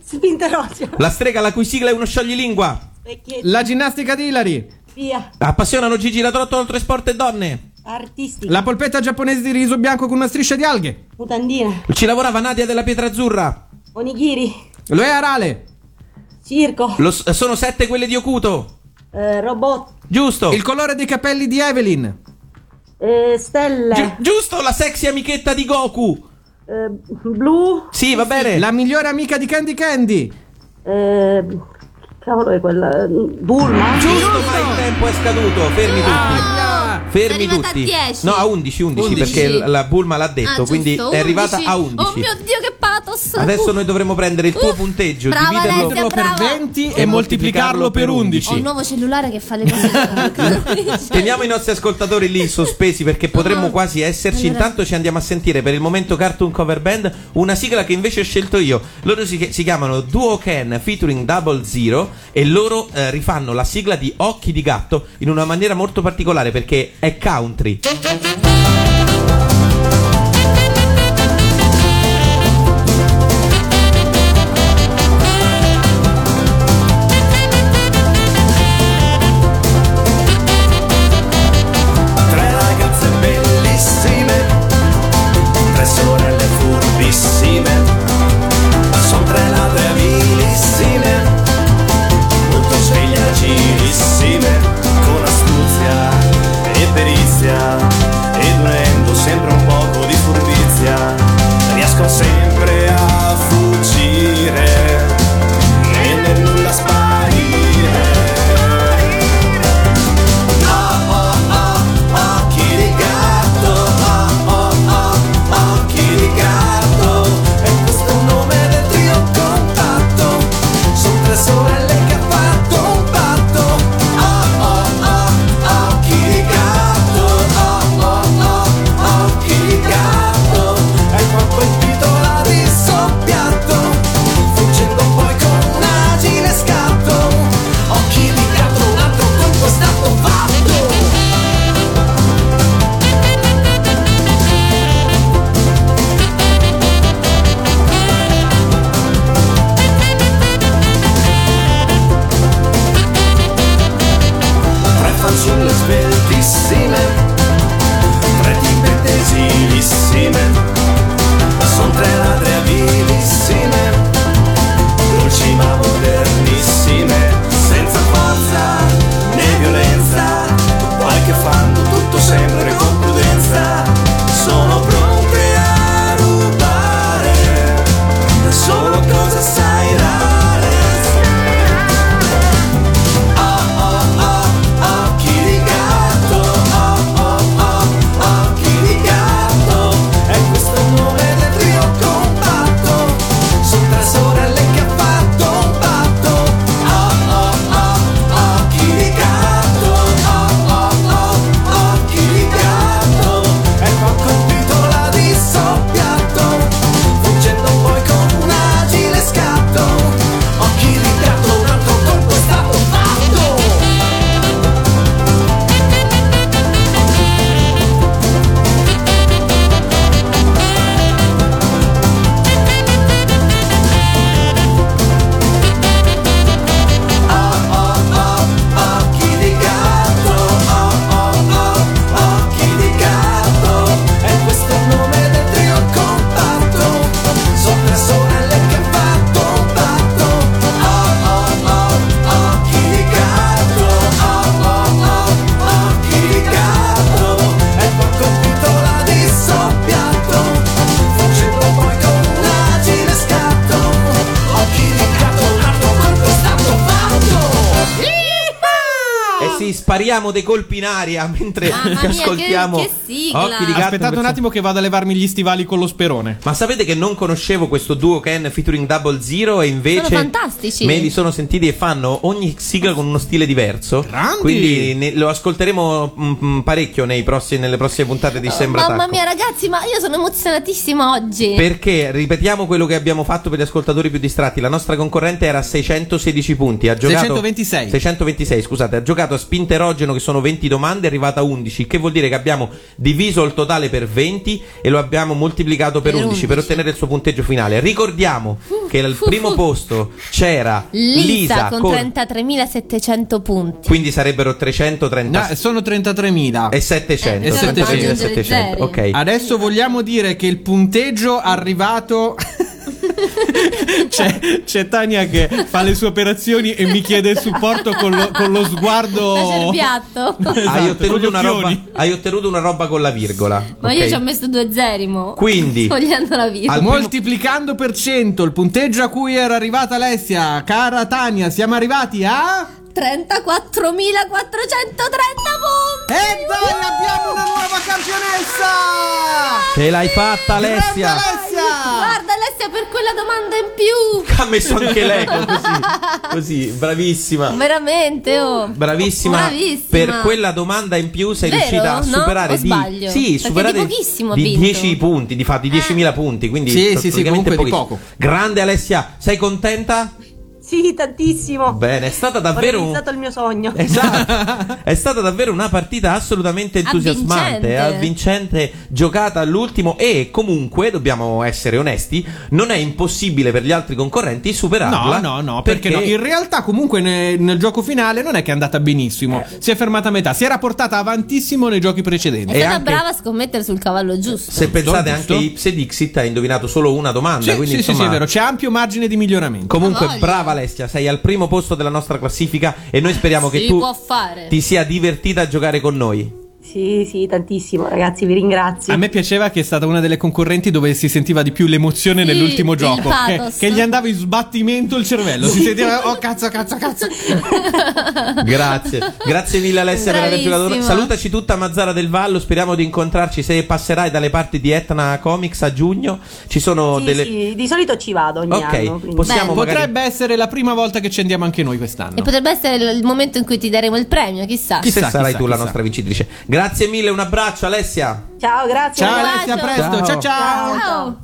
S6: Spinterogeno.
S2: La strega la cui sigla è uno scioglilingua.
S6: Specchietto.
S1: La ginnastica di Ilari.
S6: Via.
S2: Appassionano Gigi la trottola oltre sport e donne.
S6: Artistica.
S1: La polpetta giapponese di riso bianco con una striscia di alghe.
S6: Mutandine.
S2: Ci lavorava Nadia della Pietra Azzurra.
S6: Onigiri.
S1: Loè Arale.
S6: Circo.
S2: Lo s- sono sette quelle di Okuto.
S6: Eh, robot.
S2: Giusto.
S1: Il colore dei capelli di Evelyn.
S6: Eh,
S2: Gi-
S6: stelle.
S2: giusto, la sexy amichetta di Goku.
S6: Eh, blu.
S2: Sì, va bene.
S1: La migliore amica di Candy Candy.
S6: Eh, cavolo è quella. Bulma?
S2: Giusto, Ah. ma il tempo è scaduto. Fermi tutti.
S1: Aia.
S2: *laughs* Fermi
S3: Sono arrivata
S2: tutti.
S3: a 10.
S2: No, a 11, 11,
S1: 11.
S2: perché l- la Bulma l'ha detto,
S3: Ah,
S2: quindi
S3: giusto,
S2: è arrivata a
S3: 11.
S2: 11.
S3: Oh mio dio, che pato rosso.
S2: Adesso noi dovremmo prendere il tuo
S3: Uff,
S2: punteggio,
S3: brava
S2: dividerlo
S3: Alessia.
S1: Dividerlo per
S3: brava.
S1: 20 e moltiplicarlo per 11.
S3: Ho un nuovo cellulare che fa le
S2: *laughs*
S3: cose.
S2: Teniamo i
S3: *laughs*
S2: nostri ascoltatori lì sospesi perché potremmo quasi esserci.
S3: Ah. Allora-
S2: Intanto ci andiamo a sentire per il momento Cartoon Cover Band, una sigla che invece ho scelto io. Loro si, si chiamano Duo Ken featuring Double Zero e loro eh, rifanno la sigla di Occhi di Gatto in una maniera molto particolare perché è country.
S5: Tre ragazze bellissime, tre sorelle furbissime, sono tre ladre abilissime, molto sveglie agilissime, con astuzia e perizia, ed unendo sempre un poco di furbizia, riescono sempre a fuggire e nel nulla sparire. Oh, oh, oh, occhi di gatto, oh, oh, oh, occhi di gatto. E questo è il nome del trio compatto. Sono tre sorelle che ha fatto un patto. Oh, oh, oh, occhi di gatto, oh, oh, oh, occhi di gatto. E poi colpito la di soppiatto, fuggendo poi con un agile scatto. Occhi di gatto, un altro colpo è stato fatto. tre fanciulle sveltissime, tre tipe tesilissime, son tre ladre abilissime, dolci ma modernissime, senza forza né violenza, poi che fanno tutto sempre con prudenza, sono pronte a rubare, solo cosa sai rare. Oh oh oh, occhi di gatto, oh oh oh, occhi di gatto, è questo il nome del trio compatto, sono tre sorelle che ha fatto un patto, oh oh oh, occhi di gatto, oh oh oh, occhi di gatto, e poi colpito la di soppiatto, fuggendo poi con un agile scatto, occhi di gatto, un altro colpo è stato fatto. Occhi di gatto, oh oh oh, occhi di gatto, è questo il nome del trio compatto, sono tre sorelle che ha fatto un patto, oh oh oh, occhi di gatto, oh oh oh, occhi di gatto, e poi colpito la di soppiatto, fuggendo poi con un agile scatto, occhi di gatto, un altro colpo è stato fatto.
S2: E sì, spariamo dei colpi in aria *laughs* mentre
S3: Ah. Mamma mia,
S2: ci ascoltiamo.
S3: che- che sigla.
S2: Occhi di gatto.
S1: Aspettate un attimo che vado a levarmi gli stivali con lo sperone.
S2: Ma sapete che non conoscevo questo duo Ken featuring Double Zero e invece
S3: Sono fantastici.
S2: me li sono sentiti e fanno ogni sigla con uno stile diverso.
S1: Grandi.
S2: Quindi ne- lo ascolteremo mm, mm, parecchio nei prossimi- nelle prossime puntate di Sembra
S3: Mamma
S2: Tacco.
S3: mia, ragazzi, ma io sono emozionatissima oggi.
S2: Perché ripetiamo quello che abbiamo fatto per gli ascoltatori più distratti. La nostra concorrente era a 616 punti. Ha giocato
S1: 626.
S2: 626, scusate, ha giocato a spinta erogeno che sono 20 domande, è arrivata a 11, che vuol dire che abbiamo diviso il totale per 20 e lo abbiamo moltiplicato per,
S3: Per
S2: 11, per
S3: 11.
S2: ottenere il suo punteggio finale. Ricordiamo che al
S3: fu,
S2: primo
S3: fu.
S2: posto c'era
S3: Lisa, con,
S2: con- *laughs*
S3: 33.700 punti. *laughs*
S2: quindi sarebbero 330
S1: No, sono 33.000.
S2: e 700.
S1: Eh, però devo
S2: 700,
S1: aggiungere
S2: 700,
S3: zeri.
S2: ok.
S1: Adesso vogliamo dire che il punteggio arrivato. *laughs*
S2: Cioè,
S1: c'è, c'è Tania che fa le sue operazioni e mi chiede il supporto con lo, con lo
S3: Faccio
S1: sguardo.
S3: il
S1: *laughs*
S3: piatto.
S1: Esatto, con
S2: hai,
S1: gli
S2: ottenuto una roba,
S1: occhioni.
S2: hai ottenuto una roba con la virgola.
S3: Ma
S2: ok?
S3: io ci ho messo due zeri, mo.
S2: Quindi-
S3: Togliendo la vita.
S2: Al primo-
S1: Moltiplicando per 100 il punteggio a cui era arrivata Alessia, cara Tania, siamo arrivati a.
S3: 34.430 punti.
S1: E dai, abbiamo una nuova campionessa!
S2: Ce l'hai fatta, Alessia!
S1: Grande Alessia!
S3: Guarda, Alessia Alessia per quella domanda in più.
S2: Ha messo anche l'eco così,
S3: *laughs*
S2: così, bravissima.
S3: Veramente, oh.
S2: Bravissima,
S3: Bravissima.
S2: per quella domanda in più sei
S3: Vero?
S2: riuscita a
S3: No?
S2: superare
S3: O
S2: di,
S3: sbaglio?
S2: sì,
S3: Perché
S2: superare
S3: di pochissimo Eh. ha
S2: di
S3: vinto.
S2: 10 punti, di fatto, di 10.000 punti, quindi
S1: Sì, sì, sì,
S2: praticamente
S1: comunque di
S2: pochissimo.
S1: poco.
S2: Grande Alessia, sei contenta?
S6: Sì, tantissimo.
S2: Bene, è stata
S6: Ho
S2: davvero un-
S6: realizzato il mio sogno.
S2: Esatto, è stata davvero una partita assolutamente entusiasmante,
S3: Avvincente.
S2: avvincente, giocata all'ultimo e comunque dobbiamo essere onesti, non è impossibile per gli altri concorrenti
S1: No,
S2: superarla.
S1: no, no, perché, no? In realtà, comunque, ne- nel gioco finale non è che è andata benissimo.
S2: Eh.
S1: Si è fermata a metà, si era portata avantissimo nei giochi
S3: È
S1: precedenti.
S2: E
S3: stata
S2: anche-
S3: brava a scommettere sul cavallo giusto.
S2: se pensate
S1: giusto.
S2: anche Ips e Dixit ha indovinato solo una domanda,
S1: Sì,
S2: quindi
S1: sì, sì,
S2: insomma,
S1: sì, è vero, c'è ampio margine di miglioramento.
S2: Comunque,
S3: Ma voglio.
S2: brava Alessia, sei al primo posto della nostra classifica e noi
S3: *laughs*
S2: speriamo che
S3: Si
S2: tu
S3: può fare. *laughs*
S2: ti sia divertita a giocare con noi.
S6: Sì, sì, tantissimo, ragazzi, vi ringrazio.
S1: A me piaceva che è stata una delle concorrenti dove si sentiva di più l'emozione
S3: Sì,
S1: nell'ultimo
S3: il
S1: gioco. Che,
S3: pathos.
S1: che gli andava in sbattimento il cervello. Si sentiva, oh cazzo, cazzo, cazzo.
S2: Grazie, grazie mille Alessia per aver giocato.
S3: Bravissima.
S2: Salutaci tutta Mazzara del Vallo, speriamo di incontrarci se passerai dalle parti di Etna Comics a giugno. Ci sono
S6: Sì,
S2: delle
S6: sì, di solito ci vado ogni
S2: Ok,
S6: anno. quindi-
S2: possiamo
S3: Beh,
S2: magari
S1: Potrebbe essere la prima volta che ci andiamo anche noi
S3: E
S1: quest'anno.
S3: potrebbe essere il- il momento in cui ti daremo il premio, chissà.
S2: se
S1: chissà,
S2: sarai
S1: chissà,
S2: tu la
S1: chissà.
S2: nostra vincitrice. Grazie mille, un abbraccio Alessia.
S6: Ciao, grazie.
S1: Ciao
S3: Un
S1: Alessia, a
S3: bacio.
S1: presto. Ciao ciao.
S3: Ciao.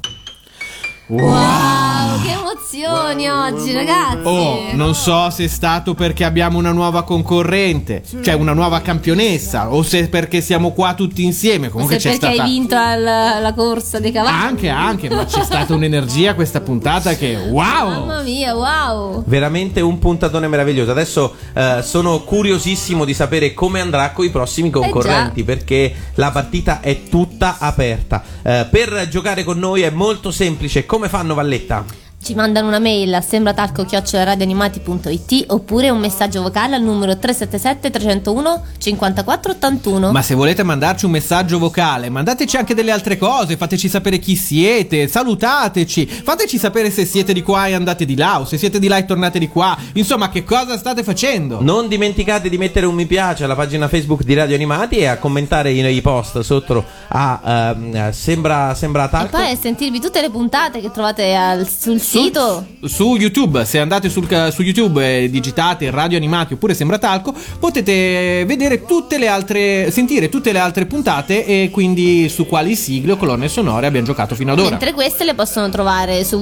S3: Wow. che emozioni oggi, ragazzi.
S1: Oh, non so se è stato perché abbiamo una nuova concorrente, cioè una nuova campionessa, o se perché siamo qua tutti insieme. Comunque
S3: Se
S1: c'è
S3: perché
S1: stata.
S3: hai vinto al- la corsa dei cavalli.
S1: Anche, anche, ma c'è stata un'energia a questa puntata che wow!
S3: *laughs* Mamma mia, wow.
S2: Veramente un puntatone meraviglioso. Adesso eh, sono curiosissimo di sapere come andrà con i
S6: Eh,
S2: prossimi concorrenti perché la partita è tutta aperta. Eh, per giocare con noi è molto semplice. Come fanno Valletta?
S3: Ci mandano una mail a sembratalco@radioanimati.it oppure un messaggio vocale al numero 377 301 5481.
S1: Ma se volete mandarci un messaggio vocale, mandateci anche delle altre cose, fateci sapere chi siete, salutateci, fateci sapere se siete di qua e andate di là, o se siete di là e tornate di qua. Insomma, che cosa state facendo?
S2: Non dimenticate di mettere un mi piace alla pagina Facebook di Radio Animati e a commentare i, i post sotto a ehm, sembra, sembra
S3: e
S2: talco.
S3: poi a sentirvi tutte le puntate che trovate al- sul sito.
S1: Su YouTube, se andate sul ca- su YouTube e digitate Radio Animati oppure Sembra Talco, potete vedere tutte le altre, sentire tutte le altre puntate e quindi su quali sigle o colonne sonore abbiamo giocato fino ad ora.
S3: Mentre queste le possono trovare su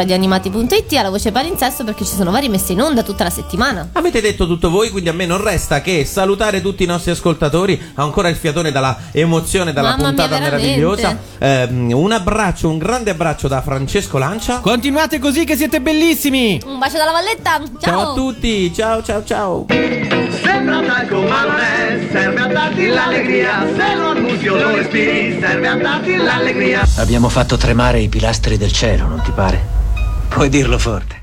S3: www.radioanimati.it alla voce palinsesto perché ci sono vari messe in onda tutta la settimana.
S2: Avete detto tutto voi, quindi a me non resta che salutare tutti i nostri ascoltatori. Ho ancora il fiatone dalla emozione, dalla
S3: Mamma mia,
S2: puntata
S3: veramente.
S2: meravigliosa. Ehm, un abbraccio, un grande abbraccio da Francesco Lancia.
S1: Continuate così che siete bellissimi!
S3: Un bacio dalla Valletta. Ciao.
S2: ciao a tutti, ciao ciao ciao.
S4: Sembra talco ma non è, serve a darti l'allegria, se lo annusi o lo respiri, serve a darti l'allegria.
S10: Abbiamo fatto tremare i pilastri del cielo, non ti pare? Puoi dirlo forte.